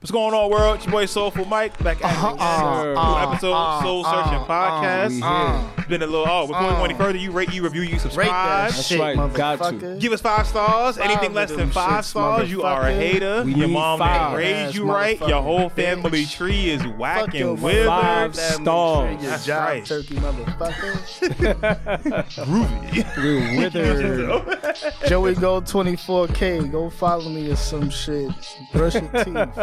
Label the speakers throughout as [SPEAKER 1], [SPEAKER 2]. [SPEAKER 1] What's going on, world? It's your boy Soulful Mike back at it
[SPEAKER 2] uh,
[SPEAKER 1] again.
[SPEAKER 2] uh,
[SPEAKER 1] New episode
[SPEAKER 2] uh,
[SPEAKER 1] Soul Searching
[SPEAKER 2] uh,
[SPEAKER 1] Podcast.
[SPEAKER 2] uh,
[SPEAKER 1] It's been a little. Oh, before we go any further, you rate, you review, you
[SPEAKER 2] Uh-huh. Rate
[SPEAKER 1] subscribe.
[SPEAKER 2] that
[SPEAKER 3] That's
[SPEAKER 2] shit,
[SPEAKER 3] right, got to.
[SPEAKER 2] motherfucker.
[SPEAKER 1] Give us five stars. Anything
[SPEAKER 2] Five
[SPEAKER 1] less
[SPEAKER 2] of
[SPEAKER 1] than
[SPEAKER 2] them
[SPEAKER 1] five
[SPEAKER 2] shits,
[SPEAKER 1] stars, you are a
[SPEAKER 2] motherfucker.
[SPEAKER 1] hater.
[SPEAKER 3] We
[SPEAKER 1] your
[SPEAKER 3] need
[SPEAKER 1] mom didn't
[SPEAKER 3] five.
[SPEAKER 1] raised you
[SPEAKER 2] Ass
[SPEAKER 1] right. Your whole
[SPEAKER 2] motherfucking
[SPEAKER 1] family
[SPEAKER 2] bitch.
[SPEAKER 1] tree is whack
[SPEAKER 2] Fuck your
[SPEAKER 1] and withered.
[SPEAKER 3] Five
[SPEAKER 2] motherfucking family
[SPEAKER 3] stars.
[SPEAKER 2] tree, your
[SPEAKER 1] That's
[SPEAKER 2] job,
[SPEAKER 1] right.
[SPEAKER 2] Turkey motherfucker.
[SPEAKER 1] Groovy.
[SPEAKER 3] We're withered.
[SPEAKER 2] Joey Go 24K. Go follow me or some shit. Brush your teeth.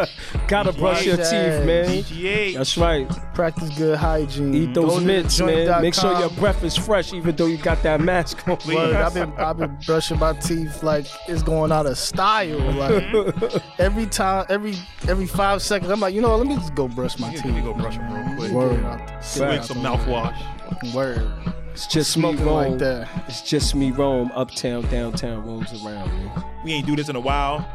[SPEAKER 3] Gotta brush your teeth, man.
[SPEAKER 1] DGA.
[SPEAKER 3] That's right.
[SPEAKER 2] Practice good hygiene.
[SPEAKER 3] Eat those
[SPEAKER 2] Mm, Go to
[SPEAKER 3] mints, man. Make sure your
[SPEAKER 2] joint.com.
[SPEAKER 3] breath is fresh, even though you got that mask on.
[SPEAKER 1] Please.
[SPEAKER 2] Word, I've been I've been brushing my teeth like it's going out of style. Like every time, every every five seconds, I'm like, you know, what, let me just go brush my
[SPEAKER 1] Let me
[SPEAKER 2] teeth.
[SPEAKER 1] go brush them real quick.
[SPEAKER 2] Word,
[SPEAKER 1] Swig some mouthwash.
[SPEAKER 2] word,
[SPEAKER 3] It's just me,
[SPEAKER 2] smoking
[SPEAKER 3] Rome.
[SPEAKER 2] like that.
[SPEAKER 3] It's just me, Rome. Uptown, downtown, roams around me.
[SPEAKER 1] We ain't do this in a while.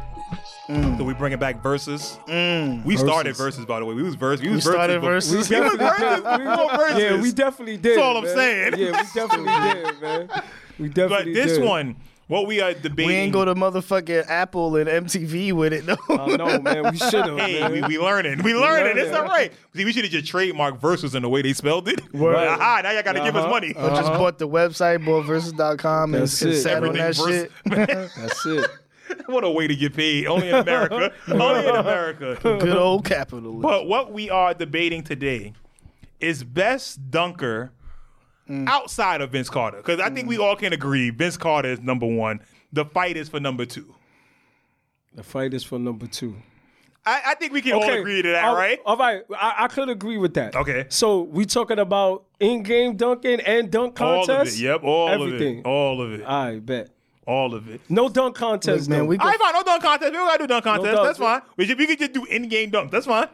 [SPEAKER 1] So we bringing back verses. We started verses, by the way. We was verse. We was
[SPEAKER 2] We started
[SPEAKER 1] verses.
[SPEAKER 2] verses.
[SPEAKER 1] before- We was verses. We was verses.
[SPEAKER 3] Yeah, we definitely did.
[SPEAKER 1] That's all I'm
[SPEAKER 3] man.
[SPEAKER 1] saying.
[SPEAKER 3] Yeah, we definitely did, man. We
[SPEAKER 1] But
[SPEAKER 3] definitely
[SPEAKER 1] this
[SPEAKER 3] did.
[SPEAKER 1] one, what we are debating.
[SPEAKER 2] We ain't go to motherfucking Apple and MTV with it though.
[SPEAKER 1] Oh,
[SPEAKER 3] I know, man. We should have.
[SPEAKER 1] Hey,
[SPEAKER 3] man.
[SPEAKER 1] we, we learning. We learning. It's
[SPEAKER 3] learning.
[SPEAKER 1] all right. See, we should have just trademarked verses in the way they spelled it.
[SPEAKER 3] Right.
[SPEAKER 1] Aha, now y'all got to give us
[SPEAKER 3] Uh-huh.
[SPEAKER 1] money.
[SPEAKER 2] I just bought the website, bought versus.com, and
[SPEAKER 3] That's it.
[SPEAKER 2] sat on
[SPEAKER 1] Everything
[SPEAKER 2] that
[SPEAKER 1] versus-
[SPEAKER 2] shit.
[SPEAKER 3] That's it.
[SPEAKER 1] what a way to get paid. Only in America. Only in America.
[SPEAKER 2] Good old capitalism.
[SPEAKER 1] But what we are debating today is best dunker
[SPEAKER 2] Mm.
[SPEAKER 1] outside of Vince Carter. Because I think we all can agree Vince Carter is number one. The fight is for number two.
[SPEAKER 3] The fight is for number two.
[SPEAKER 1] I, I think we can all agree to that,
[SPEAKER 3] all,
[SPEAKER 1] right?
[SPEAKER 3] All right. I, I could agree with that.
[SPEAKER 1] Okay.
[SPEAKER 3] So we talking about in-game dunking and dunk
[SPEAKER 1] all
[SPEAKER 3] contest?
[SPEAKER 1] of it. Yep, all
[SPEAKER 3] Everything.
[SPEAKER 1] of it. All of it.
[SPEAKER 3] I bet.
[SPEAKER 1] All of it.
[SPEAKER 3] No dunk contest,
[SPEAKER 2] man,
[SPEAKER 3] though.
[SPEAKER 2] we
[SPEAKER 1] All
[SPEAKER 2] could
[SPEAKER 1] right, fine. No dunk contest. We don't gotta do dunk contest.
[SPEAKER 3] dunk.
[SPEAKER 1] That's fine. We, should, we could just do in-game dunk. That's fine.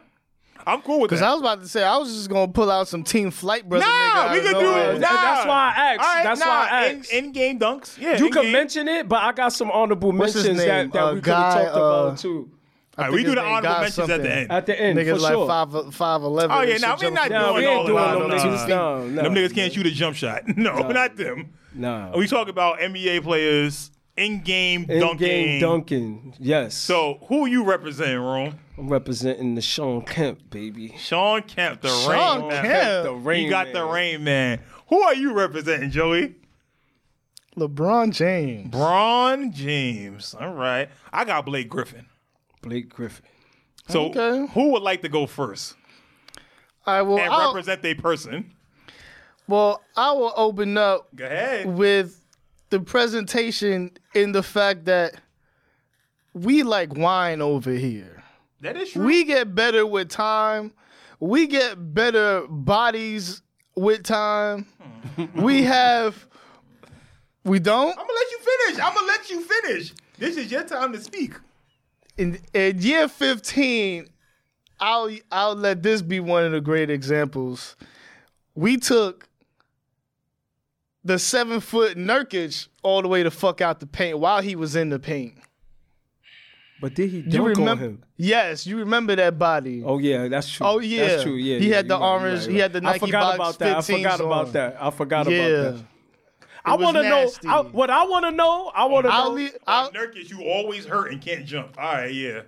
[SPEAKER 1] I'm cool with that.
[SPEAKER 2] Cause I was about to say I was just gonna pull out some Team Flight brother.
[SPEAKER 1] Nah,
[SPEAKER 2] nigga
[SPEAKER 1] we
[SPEAKER 2] out
[SPEAKER 1] can
[SPEAKER 2] of
[SPEAKER 1] do
[SPEAKER 2] nowhere.
[SPEAKER 1] it.
[SPEAKER 3] Nah. That's why I asked. That's why I asked.
[SPEAKER 1] In, game dunks. Yeah,
[SPEAKER 3] you can
[SPEAKER 1] in-game.
[SPEAKER 3] mention it, but I got some honorable
[SPEAKER 2] What's his
[SPEAKER 3] mentions that,
[SPEAKER 2] name?
[SPEAKER 3] that
[SPEAKER 2] Uh,
[SPEAKER 3] we could have
[SPEAKER 2] guy,
[SPEAKER 3] talked
[SPEAKER 2] uh,
[SPEAKER 3] about too.
[SPEAKER 1] All right,
[SPEAKER 2] think
[SPEAKER 1] we do
[SPEAKER 2] his
[SPEAKER 1] the
[SPEAKER 2] name
[SPEAKER 1] honorable
[SPEAKER 2] got
[SPEAKER 1] mentions at the
[SPEAKER 2] something.
[SPEAKER 1] end.
[SPEAKER 3] At the end,
[SPEAKER 2] Niggas
[SPEAKER 3] for
[SPEAKER 2] like
[SPEAKER 3] sure.
[SPEAKER 2] five five eleven.
[SPEAKER 1] Oh yeah, now nah, we're not
[SPEAKER 3] Nah,
[SPEAKER 1] doing
[SPEAKER 3] we ain't
[SPEAKER 1] all
[SPEAKER 3] doing
[SPEAKER 1] of
[SPEAKER 3] them
[SPEAKER 1] that.
[SPEAKER 3] niggas. Nah, nah.
[SPEAKER 1] Them niggas can't shoot a jump shot. No, not them.
[SPEAKER 3] Nah.
[SPEAKER 1] We talk about NBA players in-game dunking.
[SPEAKER 3] In-game dunking. Yes.
[SPEAKER 1] So who you represent, Rome?
[SPEAKER 3] I'm representing the Sean Kemp, baby.
[SPEAKER 1] Sean Kemp, the
[SPEAKER 2] Sean
[SPEAKER 1] Rain Man.
[SPEAKER 2] Kemp.
[SPEAKER 3] The
[SPEAKER 2] You
[SPEAKER 3] rain
[SPEAKER 1] You got
[SPEAKER 3] man.
[SPEAKER 1] the Rain Man. Who are you representing, Joey?
[SPEAKER 2] LeBron James.
[SPEAKER 1] Braun James. All right. I got Blake Griffin.
[SPEAKER 3] Blake Griffin.
[SPEAKER 1] So
[SPEAKER 2] Okay.
[SPEAKER 1] who would like to go first
[SPEAKER 2] All right, well,
[SPEAKER 1] and
[SPEAKER 2] I'll-
[SPEAKER 1] represent their person?
[SPEAKER 2] well, I will open up
[SPEAKER 1] Go ahead.
[SPEAKER 2] with the presentation in the fact that we like wine over here.
[SPEAKER 1] That is true.
[SPEAKER 2] We get better with time. We get better bodies with time. we have. We don't.
[SPEAKER 1] I'm gonna let you finish. I'm gonna let you finish. This is your time to speak.
[SPEAKER 2] in, in year 15 I'll I'll let this be one of the great examples. We took the seven foot Nurkic all the way to fuck out the paint while he was in the paint.
[SPEAKER 3] But did he dunk
[SPEAKER 2] You
[SPEAKER 3] on
[SPEAKER 2] remember?
[SPEAKER 3] him?
[SPEAKER 2] Yes, you remember that body.
[SPEAKER 3] Oh yeah, that's true.
[SPEAKER 2] Oh, yeah.
[SPEAKER 3] that's true. Yeah,
[SPEAKER 2] He
[SPEAKER 3] yeah,
[SPEAKER 2] had the
[SPEAKER 3] you're right,
[SPEAKER 2] orange-
[SPEAKER 3] you're
[SPEAKER 2] he had the
[SPEAKER 3] I
[SPEAKER 2] Nike
[SPEAKER 3] forgot
[SPEAKER 2] Box
[SPEAKER 3] about that. I
[SPEAKER 2] 15s
[SPEAKER 3] forgot about
[SPEAKER 2] on.
[SPEAKER 3] that. I forgot
[SPEAKER 2] Yeah.
[SPEAKER 3] about that. I
[SPEAKER 2] was
[SPEAKER 3] want to know
[SPEAKER 2] nasty.
[SPEAKER 3] I, what I want to know. I want to know.
[SPEAKER 2] I'll leave, I'll,
[SPEAKER 1] Nurkic, you always hurt and can't jump. All right, yeah.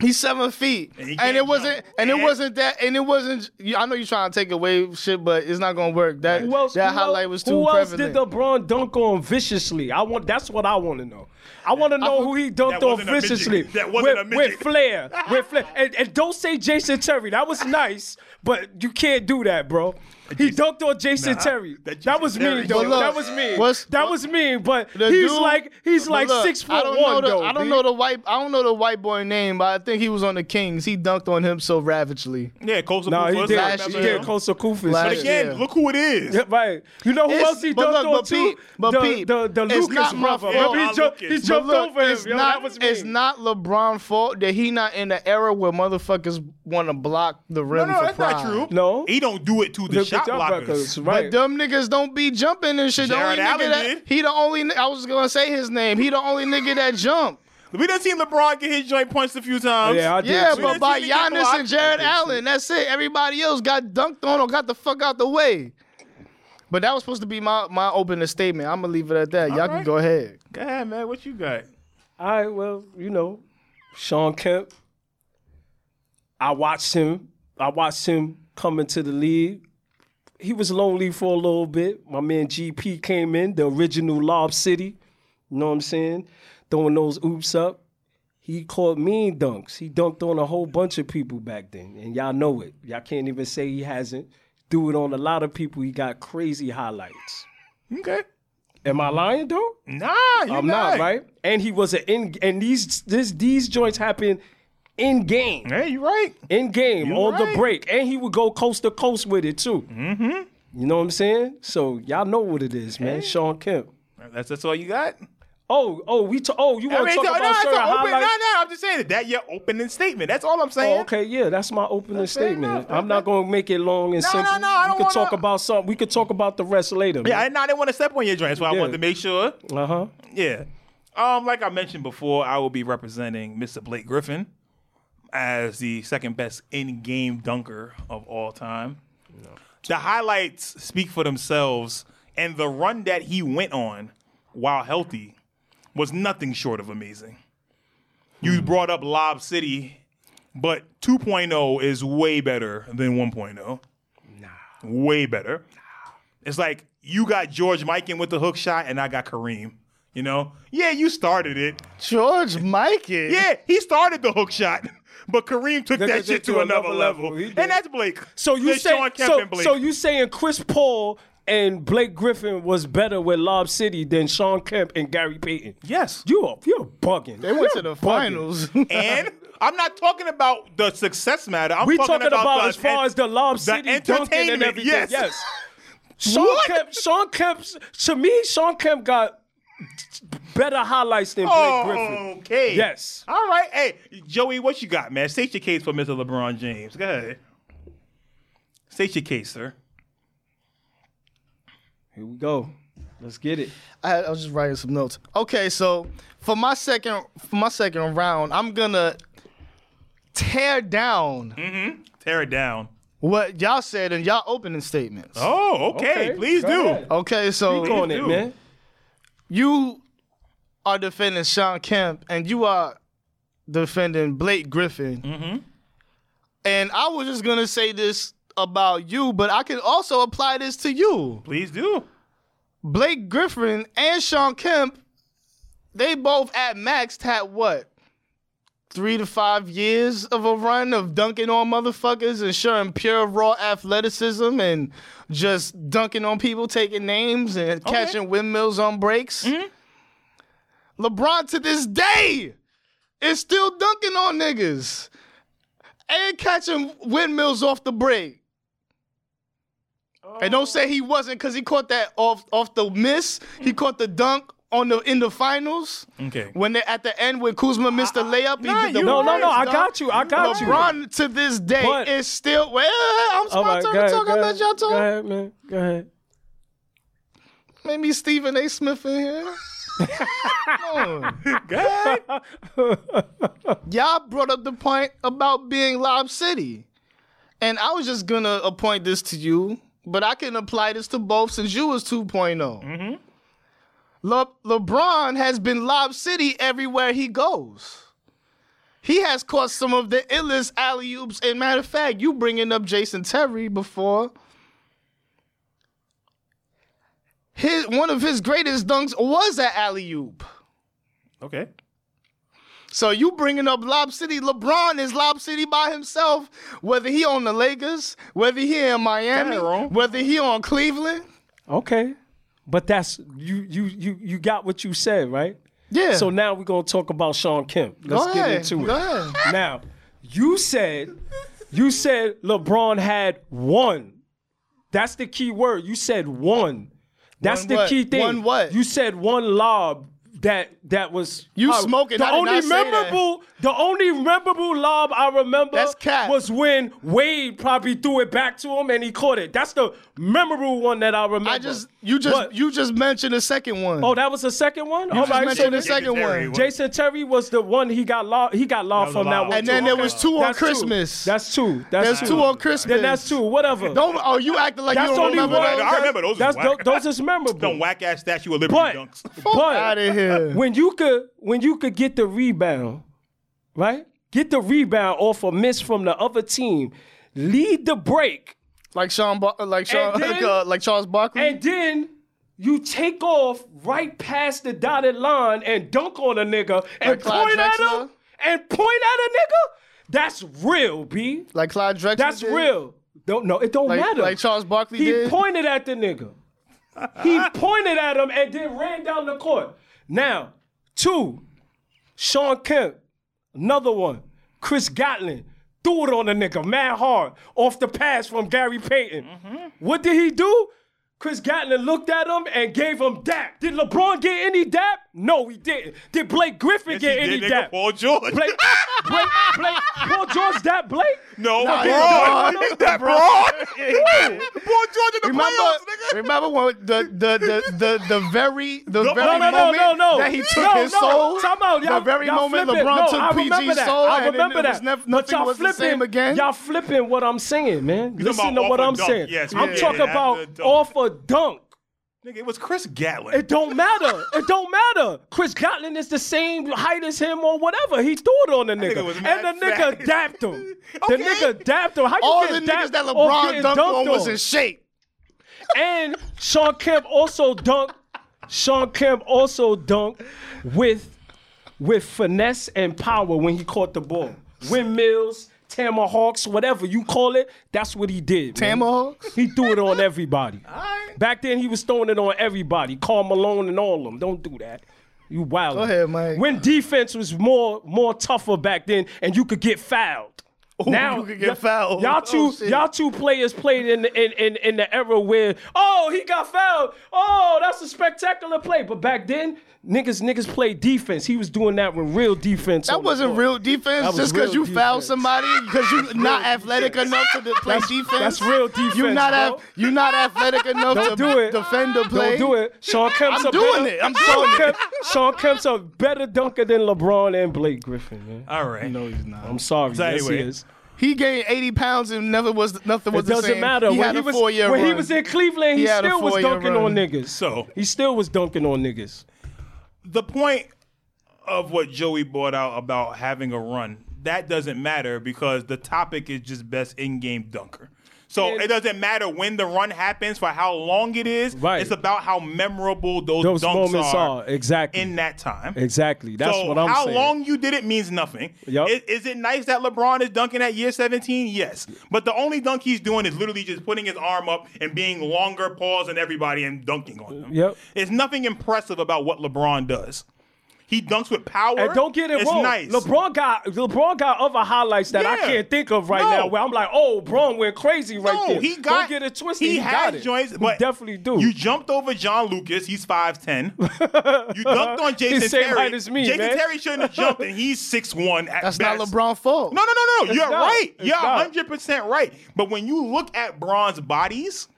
[SPEAKER 2] he's seven feet,
[SPEAKER 1] he
[SPEAKER 2] and,
[SPEAKER 1] can't
[SPEAKER 2] it wasn't,
[SPEAKER 1] jump.
[SPEAKER 2] and it
[SPEAKER 1] And-
[SPEAKER 2] wasn't that, and it wasn't. you- I know you're trying to take away shit, but it's not gonna work. That
[SPEAKER 3] who else,
[SPEAKER 2] that
[SPEAKER 3] who
[SPEAKER 2] highlight
[SPEAKER 3] else-
[SPEAKER 2] was too
[SPEAKER 3] Who
[SPEAKER 2] prevalent.
[SPEAKER 3] else did LeBron dunk on viciously? I want. That's what I want to know. I want to know who he dunked
[SPEAKER 1] That
[SPEAKER 3] on
[SPEAKER 1] wasn't a midget.
[SPEAKER 3] viciously.
[SPEAKER 1] That wasn't
[SPEAKER 3] with,
[SPEAKER 1] a midget.
[SPEAKER 3] With flair, with flair, and, and don't say Jason Terry. That was nice, but you can't do that, bro. He dunked on Jason
[SPEAKER 1] Nah,
[SPEAKER 3] Terry.
[SPEAKER 1] that
[SPEAKER 3] That,
[SPEAKER 1] Jason
[SPEAKER 3] was
[SPEAKER 1] Terry-
[SPEAKER 3] mean, though.
[SPEAKER 2] But look,
[SPEAKER 3] that was mean.
[SPEAKER 2] what's-
[SPEAKER 3] that
[SPEAKER 2] what-
[SPEAKER 3] was mean. But he's
[SPEAKER 2] The dude-
[SPEAKER 3] like he's
[SPEAKER 2] but
[SPEAKER 3] like
[SPEAKER 2] look,
[SPEAKER 3] six
[SPEAKER 2] I
[SPEAKER 3] foot
[SPEAKER 2] don't
[SPEAKER 3] one
[SPEAKER 2] know the,
[SPEAKER 3] though.
[SPEAKER 2] I don't
[SPEAKER 3] B.
[SPEAKER 2] know the white. I don't know the white boy name, but I think he was on the Kings. He dunked on him so ravagely.
[SPEAKER 1] Yeah, Coastal
[SPEAKER 3] Nah, he
[SPEAKER 1] Kufos,
[SPEAKER 3] did.
[SPEAKER 1] I
[SPEAKER 2] Last
[SPEAKER 1] remember
[SPEAKER 3] He
[SPEAKER 2] year.
[SPEAKER 3] did.
[SPEAKER 1] him.
[SPEAKER 3] Coastal Kufis.
[SPEAKER 2] Last
[SPEAKER 1] But
[SPEAKER 2] year.
[SPEAKER 1] again,
[SPEAKER 2] Yeah.
[SPEAKER 1] look who it is.
[SPEAKER 3] Yeah, right. You know who
[SPEAKER 2] It's-
[SPEAKER 3] else he
[SPEAKER 2] but
[SPEAKER 3] dunked
[SPEAKER 2] look,
[SPEAKER 3] on
[SPEAKER 2] but
[SPEAKER 3] too?
[SPEAKER 2] Pete- but
[SPEAKER 3] the,
[SPEAKER 2] Pete,
[SPEAKER 3] the, the
[SPEAKER 2] it's
[SPEAKER 3] Lucas
[SPEAKER 2] not my
[SPEAKER 3] brother.
[SPEAKER 2] fault.
[SPEAKER 3] Remember, he,
[SPEAKER 1] I
[SPEAKER 3] jumped,
[SPEAKER 1] look
[SPEAKER 3] he
[SPEAKER 1] it.
[SPEAKER 2] But
[SPEAKER 3] jumped
[SPEAKER 2] look,
[SPEAKER 3] over him.
[SPEAKER 2] It's
[SPEAKER 3] Yo,
[SPEAKER 2] not,
[SPEAKER 3] that was
[SPEAKER 2] it's
[SPEAKER 3] mean.
[SPEAKER 2] not LeBron's fault that he not in the era where motherfuckers want to block the
[SPEAKER 1] No,
[SPEAKER 2] rim.
[SPEAKER 1] no,
[SPEAKER 2] for
[SPEAKER 1] that's
[SPEAKER 2] pride.
[SPEAKER 1] not true.
[SPEAKER 3] No.
[SPEAKER 1] he don't do it to the
[SPEAKER 3] Look
[SPEAKER 1] shot
[SPEAKER 3] at y'all
[SPEAKER 1] blockers.
[SPEAKER 3] blockers,
[SPEAKER 2] But
[SPEAKER 3] Right.
[SPEAKER 2] dumb niggas don't be jumping and shit. The
[SPEAKER 1] Jared
[SPEAKER 2] only nigga
[SPEAKER 1] Allen
[SPEAKER 2] that,
[SPEAKER 1] did.
[SPEAKER 2] he the only. I was gonna say his name. He the only nigga that jumped.
[SPEAKER 1] We done seen LeBron get his joint punched a few times.
[SPEAKER 3] yeah, I did.
[SPEAKER 2] Yeah,
[SPEAKER 3] too.
[SPEAKER 2] but
[SPEAKER 1] did
[SPEAKER 2] by
[SPEAKER 1] see the get
[SPEAKER 2] Giannis
[SPEAKER 1] blocked.
[SPEAKER 2] and Jared Allen, that's it. Everybody else got dunked on or got the fuck out the way. But that was supposed to be my my opening statement. I'm gonna leave it at that. Y'all all can
[SPEAKER 1] right.
[SPEAKER 2] go ahead.
[SPEAKER 1] Go ahead, man. What you got?
[SPEAKER 3] All right, well, you know, Sean Kemp, I watched him. I watched him come into the league. He was lonely for a little bit. My man GP came in, the original Lob City. You know what I'm saying? Throwing those oops up. He caught mean dunks. He dunked on a whole bunch of people back then, and y'all know it. Y'all can't even say he hasn't. Do it on a lot of people. He got crazy highlights.
[SPEAKER 1] Okay.
[SPEAKER 3] Am I lying, though?
[SPEAKER 1] Nah, you're
[SPEAKER 3] I'm not right. And he was an in, and these this these joints happen in game,
[SPEAKER 1] Hey, you right.
[SPEAKER 3] in game on
[SPEAKER 1] right.
[SPEAKER 3] the break, and he would go coast to coast with it too. Mm-hmm. You know what I'm saying? So y'all know what it is, man. Sean Kemp.
[SPEAKER 1] That's that's all you got.
[SPEAKER 3] Oh, oh, we ta- oh you want to talk
[SPEAKER 1] no,
[SPEAKER 3] about
[SPEAKER 1] it's
[SPEAKER 3] certain
[SPEAKER 1] a open, no,
[SPEAKER 3] highlights?
[SPEAKER 1] no, I'm just saying that, that your opening statement. That's all I'm saying.
[SPEAKER 3] Oh, okay, yeah, that's my opening
[SPEAKER 1] fair
[SPEAKER 3] statement.
[SPEAKER 1] enough.
[SPEAKER 3] I'm not gonna make it long and
[SPEAKER 1] No,
[SPEAKER 3] simple.
[SPEAKER 1] no, no, I don't
[SPEAKER 3] we could
[SPEAKER 1] wanna-
[SPEAKER 3] talk about something. We could talk about the rest later.
[SPEAKER 1] Yeah, I, no, I didn't want to step on your joint, so I
[SPEAKER 3] Yeah.
[SPEAKER 1] wanted to make sure.
[SPEAKER 3] Uh huh.
[SPEAKER 1] Yeah. Um, like I mentioned before, I will be representing Mr. Blake Griffin as the second best in-game dunker of all time. The highlights speak for themselves, and the run that he went on while healthy was nothing short of amazing. You brought up Lob City, but 2.0 is way better than 1.0. Nah. Way better. It's like you got George Mike in with the hook shot, and I got Kareem. You know, yeah, you started it.
[SPEAKER 2] George Mikan.
[SPEAKER 1] Yeah, he started the hook shot, but Kareem took that
[SPEAKER 3] did
[SPEAKER 1] shit
[SPEAKER 3] to
[SPEAKER 1] to another level,
[SPEAKER 3] He
[SPEAKER 1] and
[SPEAKER 3] did.
[SPEAKER 1] that's Blake.
[SPEAKER 3] So you
[SPEAKER 1] That's
[SPEAKER 3] say,
[SPEAKER 1] Sean Kemp
[SPEAKER 3] so,
[SPEAKER 1] and Blake.
[SPEAKER 3] so you saying Chris Paul and Blake Griffin was better with Lob City than Sean Kemp and Gary Payton?
[SPEAKER 1] yes,
[SPEAKER 3] You are you're bugging.
[SPEAKER 2] They went to the finals.
[SPEAKER 1] and I'm not talking about the success matter. I'm
[SPEAKER 3] We
[SPEAKER 1] talking,
[SPEAKER 3] talking, about,
[SPEAKER 1] the
[SPEAKER 3] as far
[SPEAKER 1] atten-
[SPEAKER 3] as the Lob
[SPEAKER 1] the
[SPEAKER 3] City dunking
[SPEAKER 1] entertainment,
[SPEAKER 3] and everything.
[SPEAKER 1] yes.
[SPEAKER 3] Sean
[SPEAKER 1] What?
[SPEAKER 3] Kemp. Sean Kemp. To me, Sean Kemp got better highlights than Blake Griffin.
[SPEAKER 1] Oh, okay.
[SPEAKER 3] Yes.
[SPEAKER 1] All right. Hey, Joey, what you got, man? State your case for Mr. LeBron James. Go ahead. State your case, sir.
[SPEAKER 3] Here we go. Let's get it.
[SPEAKER 2] I, I was just writing some notes. Okay, so for my second for my second round, I'm gonna tear down
[SPEAKER 1] Tear it down.
[SPEAKER 2] what y'all said in y'all opening statements.
[SPEAKER 1] Oh, okay.
[SPEAKER 3] Okay,
[SPEAKER 1] Please
[SPEAKER 3] go
[SPEAKER 1] do.
[SPEAKER 3] ahead.
[SPEAKER 2] Okay,
[SPEAKER 3] Speak
[SPEAKER 2] so
[SPEAKER 3] on it,
[SPEAKER 1] do.
[SPEAKER 3] man.
[SPEAKER 2] you are defending Sean Kemp and you are defending Blake Griffin. And I was just gonna say this about you, but I can also apply this to you.
[SPEAKER 1] Please do.
[SPEAKER 2] Blake Griffin and Sean Kemp, they both at max had what? Three to five years of a run of dunking on motherfuckers and showing pure raw athleticism and just dunking on people, taking names and catching windmills on breaks. LeBron to this day is still dunking on niggas and catching windmills off the break. And don't say he wasn't because he caught that off off the miss. He caught the dunk on the in the finals
[SPEAKER 1] Okay.
[SPEAKER 2] when they at the end when Kuzma missed the layup. he
[SPEAKER 1] nah,
[SPEAKER 2] did the
[SPEAKER 1] you
[SPEAKER 3] No, no, no.
[SPEAKER 2] worst
[SPEAKER 3] I
[SPEAKER 2] dunk.
[SPEAKER 3] got you. I got you.
[SPEAKER 2] LeBron to this day
[SPEAKER 3] But-
[SPEAKER 2] is still. Well, I'm
[SPEAKER 3] All
[SPEAKER 2] my
[SPEAKER 3] right,
[SPEAKER 2] turn
[SPEAKER 3] go
[SPEAKER 2] to
[SPEAKER 3] ahead,
[SPEAKER 2] talk.
[SPEAKER 3] go
[SPEAKER 2] I
[SPEAKER 3] ahead.
[SPEAKER 2] let y'all
[SPEAKER 3] Go
[SPEAKER 2] talk.
[SPEAKER 3] ahead, man. Go ahead.
[SPEAKER 2] Maybe Stephen A. Smith in here. Come on.
[SPEAKER 1] Good.
[SPEAKER 2] Y'all brought up the point about being Lob City, and I was just gonna appoint this to you, but I can apply this to both since you was 2.0. Le- LeBron has been Lob City everywhere he goes. He has caught some of the illest alley oops. And matter of fact, you bringing up Jason Terry before. His, one of his greatest dunks was an alley oop.
[SPEAKER 1] okay.
[SPEAKER 2] So you bringing up Lob City? LeBron is Lob City by himself. Whether he on the Lakers, whether he in Miami,
[SPEAKER 1] That ain't wrong.
[SPEAKER 2] whether he on Cleveland,
[SPEAKER 3] Okay. But that's you you you you got what you said, right?
[SPEAKER 2] yeah.
[SPEAKER 3] So now we're gonna talk about Sean Kemp. Let's
[SPEAKER 2] go
[SPEAKER 3] get
[SPEAKER 2] ahead.
[SPEAKER 3] into it.
[SPEAKER 2] Go ahead.
[SPEAKER 3] Now, you said you said LeBron had one. That's the key word. You said one. That's
[SPEAKER 2] One
[SPEAKER 3] the
[SPEAKER 2] what?
[SPEAKER 3] key thing.
[SPEAKER 2] One what?
[SPEAKER 3] You said one lob that that was
[SPEAKER 2] You
[SPEAKER 3] I-
[SPEAKER 2] smoking.
[SPEAKER 3] The
[SPEAKER 2] I did
[SPEAKER 3] only
[SPEAKER 2] not say that.
[SPEAKER 3] memorable the only memorable lob I remember
[SPEAKER 2] That's cap.
[SPEAKER 3] was when Wade probably threw it back to him and he caught it. That's the memorable one that I remember.
[SPEAKER 2] I just you just
[SPEAKER 3] But-
[SPEAKER 2] you just mentioned the second one.
[SPEAKER 3] Oh, that was the second one? All
[SPEAKER 2] you just
[SPEAKER 3] right, so
[SPEAKER 2] mentioned the
[SPEAKER 3] this-
[SPEAKER 2] second
[SPEAKER 1] Terry
[SPEAKER 2] one.
[SPEAKER 1] was-
[SPEAKER 3] Jason Terry was the one he got law he got law
[SPEAKER 1] was
[SPEAKER 3] from
[SPEAKER 1] a
[SPEAKER 3] that
[SPEAKER 1] law.
[SPEAKER 3] one.
[SPEAKER 2] And
[SPEAKER 3] too.
[SPEAKER 2] then there
[SPEAKER 3] Okay.
[SPEAKER 2] was two on
[SPEAKER 3] That's
[SPEAKER 2] Christmas.
[SPEAKER 3] That's two. That's
[SPEAKER 2] There's
[SPEAKER 3] two.
[SPEAKER 2] two on Christmas.
[SPEAKER 3] Then that's two. Whatever.
[SPEAKER 2] Don't oh you acting like
[SPEAKER 3] that's
[SPEAKER 2] you
[SPEAKER 3] the
[SPEAKER 2] don't
[SPEAKER 3] only
[SPEAKER 2] remember
[SPEAKER 3] one.
[SPEAKER 2] those.
[SPEAKER 1] I remember those
[SPEAKER 3] That's
[SPEAKER 1] is whack.
[SPEAKER 3] tho- those is memorable.
[SPEAKER 1] Some whack ass statue of liberty
[SPEAKER 3] but
[SPEAKER 1] dunks.
[SPEAKER 2] out
[SPEAKER 3] but
[SPEAKER 2] of here.
[SPEAKER 3] when you could when you could get the rebound, right? get the rebound off a miss from the other team, lead the break,
[SPEAKER 2] Like Sean, Bar- like Sean,
[SPEAKER 3] And then-
[SPEAKER 2] uh, like Charles Barkley.
[SPEAKER 3] and then you take off right past the dotted line and dunk on a nigga and
[SPEAKER 2] Like Clyde
[SPEAKER 3] point at
[SPEAKER 2] Drexler?
[SPEAKER 3] him and point at a nigga. That's real, B.
[SPEAKER 2] like Clyde Drexler.
[SPEAKER 3] That's
[SPEAKER 2] did.
[SPEAKER 3] real. Don't no, it don't
[SPEAKER 2] Like-
[SPEAKER 3] matter.
[SPEAKER 2] like Charles Barkley
[SPEAKER 3] He
[SPEAKER 2] did.
[SPEAKER 3] pointed at the nigga. He pointed at him and then ran down the court. Now, two, Sean Kemp, another one, Chris Gatlin threw it on the nigga, mad hard, off the pass from Gary Payton.
[SPEAKER 1] Mm-hmm.
[SPEAKER 3] What did he do? Chris Gatlin looked at him and gave him dap. Did LeBron get any dap? No, he didn't. Did Blake Griffin get
[SPEAKER 1] He
[SPEAKER 3] any
[SPEAKER 1] did, nigga,
[SPEAKER 3] dap?
[SPEAKER 1] Paul George.
[SPEAKER 3] Blake, Blake, Blake, Paul George dap Blake?
[SPEAKER 1] No,
[SPEAKER 2] Nah,
[SPEAKER 1] nah,
[SPEAKER 2] he
[SPEAKER 1] broad.
[SPEAKER 2] did.
[SPEAKER 1] That broad. Paul George in the
[SPEAKER 2] Remember,
[SPEAKER 1] playoffs, nigga.
[SPEAKER 2] remember when the the the the, the very the very
[SPEAKER 3] no, no,
[SPEAKER 2] moment
[SPEAKER 3] no, no.
[SPEAKER 2] that he took
[SPEAKER 3] no,
[SPEAKER 2] his
[SPEAKER 3] no.
[SPEAKER 2] soul.
[SPEAKER 3] Time out, y'all,
[SPEAKER 2] the very
[SPEAKER 3] y'all
[SPEAKER 2] moment
[SPEAKER 3] flipping.
[SPEAKER 2] LeBron
[SPEAKER 3] no, I
[SPEAKER 2] took
[SPEAKER 3] remember
[SPEAKER 2] PG's
[SPEAKER 3] that.
[SPEAKER 2] soul,
[SPEAKER 3] I
[SPEAKER 2] and then
[SPEAKER 3] remember
[SPEAKER 2] it was
[SPEAKER 3] that.
[SPEAKER 2] nef-
[SPEAKER 3] but
[SPEAKER 2] nothing
[SPEAKER 3] y'all
[SPEAKER 2] was the
[SPEAKER 3] flipping,
[SPEAKER 2] same again.
[SPEAKER 3] Y'all flipping what I'm saying, man. Listen
[SPEAKER 1] about
[SPEAKER 3] to
[SPEAKER 1] off
[SPEAKER 3] what
[SPEAKER 1] a
[SPEAKER 3] I'm
[SPEAKER 1] dunk.
[SPEAKER 3] saying.
[SPEAKER 1] Yes,
[SPEAKER 3] I'm
[SPEAKER 1] yeah,
[SPEAKER 3] talking
[SPEAKER 1] yeah, after
[SPEAKER 3] about
[SPEAKER 1] the dunk.
[SPEAKER 3] off a dunk.
[SPEAKER 1] Nigga, it was Chris Gatlin.
[SPEAKER 3] It don't matter. It don't matter. Chris Gatlin is the same height as him or whatever. He threw it on the nigga.
[SPEAKER 1] nigga was mad
[SPEAKER 3] and the nigga
[SPEAKER 1] fat.
[SPEAKER 3] dapped him.
[SPEAKER 1] Okay.
[SPEAKER 3] The nigga dapped him. How you
[SPEAKER 2] All the
[SPEAKER 3] get
[SPEAKER 2] niggas
[SPEAKER 3] dapped
[SPEAKER 2] that
[SPEAKER 3] off
[SPEAKER 2] LeBron
[SPEAKER 3] getting
[SPEAKER 2] dunked on was
[SPEAKER 3] on?
[SPEAKER 2] in shape.
[SPEAKER 3] And Sean Kemp also dunked. Sean Kemp also dunked with with finesse and power when he caught the ball. Windmills, Tamahawks, whatever you call it, that's what he did. man.
[SPEAKER 2] Tamahawks.
[SPEAKER 3] He threw it on everybody.
[SPEAKER 2] right.
[SPEAKER 3] Back then, he was throwing it on everybody. Carl Malone and all of them. Don't do that. You wild. Go
[SPEAKER 2] ahead, Mike.
[SPEAKER 3] When defense was more more tougher back then, and you could get fouled. now
[SPEAKER 2] you could get
[SPEAKER 3] y-
[SPEAKER 2] fouled.
[SPEAKER 3] Y'all
[SPEAKER 2] Oh,
[SPEAKER 3] 2
[SPEAKER 2] shit.
[SPEAKER 3] y'all two players played in, the- in in in the era where oh he got fouled. Oh, that's a spectacular play. But back then, niggas niggas played defense. He was doing that with real defense. on
[SPEAKER 2] That
[SPEAKER 3] the
[SPEAKER 2] wasn't
[SPEAKER 3] court.
[SPEAKER 2] real defense.
[SPEAKER 3] was
[SPEAKER 2] just because you
[SPEAKER 3] real
[SPEAKER 2] fouled
[SPEAKER 3] defense.
[SPEAKER 2] somebody because you not athletic enough to de- play defense.
[SPEAKER 3] that's real
[SPEAKER 2] You
[SPEAKER 3] defense,
[SPEAKER 2] not
[SPEAKER 3] bro.
[SPEAKER 2] ath- you not athletic enough
[SPEAKER 3] Don't
[SPEAKER 2] to
[SPEAKER 3] do it.
[SPEAKER 2] defend the play.
[SPEAKER 3] Don't do it. Sean Kemp's
[SPEAKER 2] I'm
[SPEAKER 3] a
[SPEAKER 2] doing
[SPEAKER 3] better,
[SPEAKER 2] it. I'm
[SPEAKER 3] Sean
[SPEAKER 2] doing it.
[SPEAKER 3] Kemp, Sean Kemp's a better dunker than LeBron and Blake Griffin, man.
[SPEAKER 1] All right.
[SPEAKER 2] No, he's not.
[SPEAKER 3] I'm sorry.
[SPEAKER 1] So
[SPEAKER 3] yes,
[SPEAKER 1] anyway,
[SPEAKER 3] he is.
[SPEAKER 2] He gained 80 pounds and never was nothing was
[SPEAKER 3] It
[SPEAKER 2] the
[SPEAKER 3] doesn't
[SPEAKER 2] same.
[SPEAKER 3] matter.
[SPEAKER 2] He
[SPEAKER 3] when
[SPEAKER 2] had
[SPEAKER 3] he
[SPEAKER 2] a
[SPEAKER 3] was,
[SPEAKER 2] four-year
[SPEAKER 3] when he
[SPEAKER 2] run.
[SPEAKER 3] was in Cleveland, he,
[SPEAKER 2] He had a
[SPEAKER 3] still was
[SPEAKER 2] four-year
[SPEAKER 3] dunking
[SPEAKER 2] run.
[SPEAKER 3] on niggas.
[SPEAKER 1] So-
[SPEAKER 3] he still was dunking on niggas.
[SPEAKER 1] the point of what Joey brought out about having a run, that doesn't matter because the topic is just best in game dunker. So
[SPEAKER 3] And-
[SPEAKER 1] it doesn't matter when the run happens, for how long it is.
[SPEAKER 3] Right.
[SPEAKER 1] It's about how memorable those,
[SPEAKER 3] Those
[SPEAKER 1] dunks
[SPEAKER 3] moments
[SPEAKER 1] are,
[SPEAKER 3] are, exactly.
[SPEAKER 1] in that time.
[SPEAKER 3] exactly. That's
[SPEAKER 1] so
[SPEAKER 3] what I'm
[SPEAKER 1] how
[SPEAKER 3] saying.
[SPEAKER 1] long you did it means nothing.
[SPEAKER 3] Yup.
[SPEAKER 1] Is, is it nice that LeBron is dunking at year 17? Yes. But the only dunk he's doing is literally just putting his arm up and being longer pause than everybody and dunking on them.
[SPEAKER 3] Yup.
[SPEAKER 1] There's nothing impressive about what LeBron does. He dunks with power.
[SPEAKER 3] And don't get it
[SPEAKER 1] it's
[SPEAKER 3] wrong.
[SPEAKER 1] nice.
[SPEAKER 3] LeBron got LeBron got other highlights that I
[SPEAKER 1] Yeah.
[SPEAKER 3] can't think of right
[SPEAKER 1] No.
[SPEAKER 3] now. Where I'm like, oh, Bron went crazy right
[SPEAKER 1] no,
[SPEAKER 3] there.
[SPEAKER 1] he got.
[SPEAKER 3] don't get it twisted.
[SPEAKER 1] He,
[SPEAKER 3] He,
[SPEAKER 1] has
[SPEAKER 3] got it.
[SPEAKER 1] joints,
[SPEAKER 3] He
[SPEAKER 1] but
[SPEAKER 3] definitely do.
[SPEAKER 1] You jumped over John Lucas. He's five ten. you dunked on Jason
[SPEAKER 3] same
[SPEAKER 1] Terry.
[SPEAKER 3] height as me,
[SPEAKER 1] Jason
[SPEAKER 3] man.
[SPEAKER 1] Terry shouldn't have jumped, and he's six one at
[SPEAKER 2] That's
[SPEAKER 1] best.
[SPEAKER 2] not LeBron's fault.
[SPEAKER 1] No, no, no, no. You're
[SPEAKER 3] not.
[SPEAKER 1] right.
[SPEAKER 3] It's
[SPEAKER 1] You're
[SPEAKER 3] not.
[SPEAKER 1] 100% right. But when you look at Braun's bodies,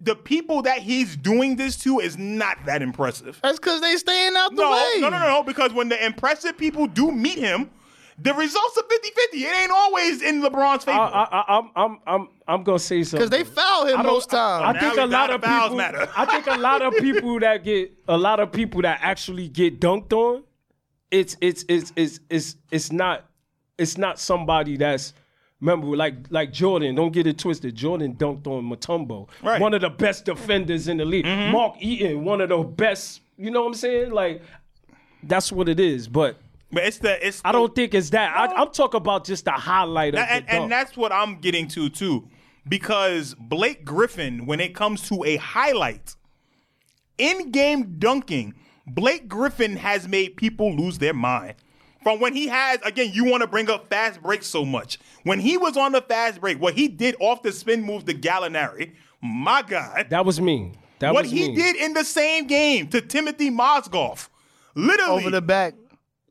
[SPEAKER 1] the people that he's doing this to is not that impressive.
[SPEAKER 2] That's because they staying out the
[SPEAKER 1] No,
[SPEAKER 2] way.
[SPEAKER 1] no, no, no, no. Because when the impressive people do meet him, the results are 50 50. It ain't always in LeBron's favor.
[SPEAKER 3] I, I, I, I'm, I'm, I'm, I'm gonna say something.
[SPEAKER 2] Because they foul him
[SPEAKER 3] I don't-
[SPEAKER 2] most
[SPEAKER 3] I,
[SPEAKER 2] times.
[SPEAKER 3] I
[SPEAKER 1] Now
[SPEAKER 3] think
[SPEAKER 1] we
[SPEAKER 3] a lot
[SPEAKER 1] gotta
[SPEAKER 3] of
[SPEAKER 1] fouls
[SPEAKER 3] people.
[SPEAKER 1] matter.
[SPEAKER 3] I think a lot of people that get a lot of people that actually get dunked on. It's it's it's it's it's it's not it's not somebody that's remember like like Jordan. Don't get it twisted. Jordan dunked on Matumbo,
[SPEAKER 1] Right. Mm-hmm.
[SPEAKER 3] one of the best defenders in the league. Mark Eaton, one of the best. You know what I'm saying? Like that's what it is. But
[SPEAKER 1] but it's the. It's
[SPEAKER 3] I don't think it's that. I, I'm talking about just the highlight of
[SPEAKER 1] and,
[SPEAKER 3] the dunk.
[SPEAKER 1] and that's what I'm getting to too, because Blake Griffin, when it comes to a highlight, in-game dunking, Blake Griffin has made people lose their mind. From when he has, again, you want to bring up fast break so much. When he was on the fast break, what he did off the spin move to Gallinari, my God,
[SPEAKER 3] that was me. That
[SPEAKER 1] what
[SPEAKER 3] was
[SPEAKER 1] he
[SPEAKER 3] me.
[SPEAKER 1] did in the same game to Timothy Mozgov, literally
[SPEAKER 2] Over the back.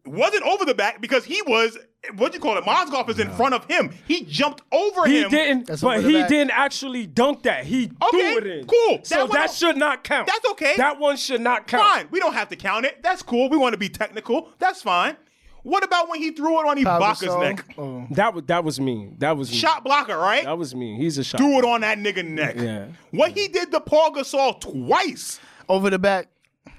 [SPEAKER 1] wasn't over the back because he was what you call it. Mozgov is in front of him. He jumped over
[SPEAKER 3] He
[SPEAKER 1] him.
[SPEAKER 3] didn't,
[SPEAKER 2] That's
[SPEAKER 3] but
[SPEAKER 2] over the
[SPEAKER 3] he
[SPEAKER 2] back.
[SPEAKER 3] didn't actually dunk that. He
[SPEAKER 1] Okay,
[SPEAKER 3] threw it in.
[SPEAKER 1] cool. That
[SPEAKER 3] So that,
[SPEAKER 1] one don't-
[SPEAKER 3] should not count.
[SPEAKER 1] That's okay.
[SPEAKER 3] That one should not count.
[SPEAKER 1] Fine. We don't have to count it. That's cool. We want to be technical. That's fine. What about when he threw it on Ibaka's
[SPEAKER 2] Gasol.
[SPEAKER 1] neck?
[SPEAKER 2] Oh.
[SPEAKER 3] That was that was me. That was me.
[SPEAKER 1] Shot blocker, right?
[SPEAKER 3] That was me. He's a shot.
[SPEAKER 1] Threw it on that nigga neck.
[SPEAKER 3] Yeah.
[SPEAKER 1] What he did to Paul Gasol twice.
[SPEAKER 2] Over the back.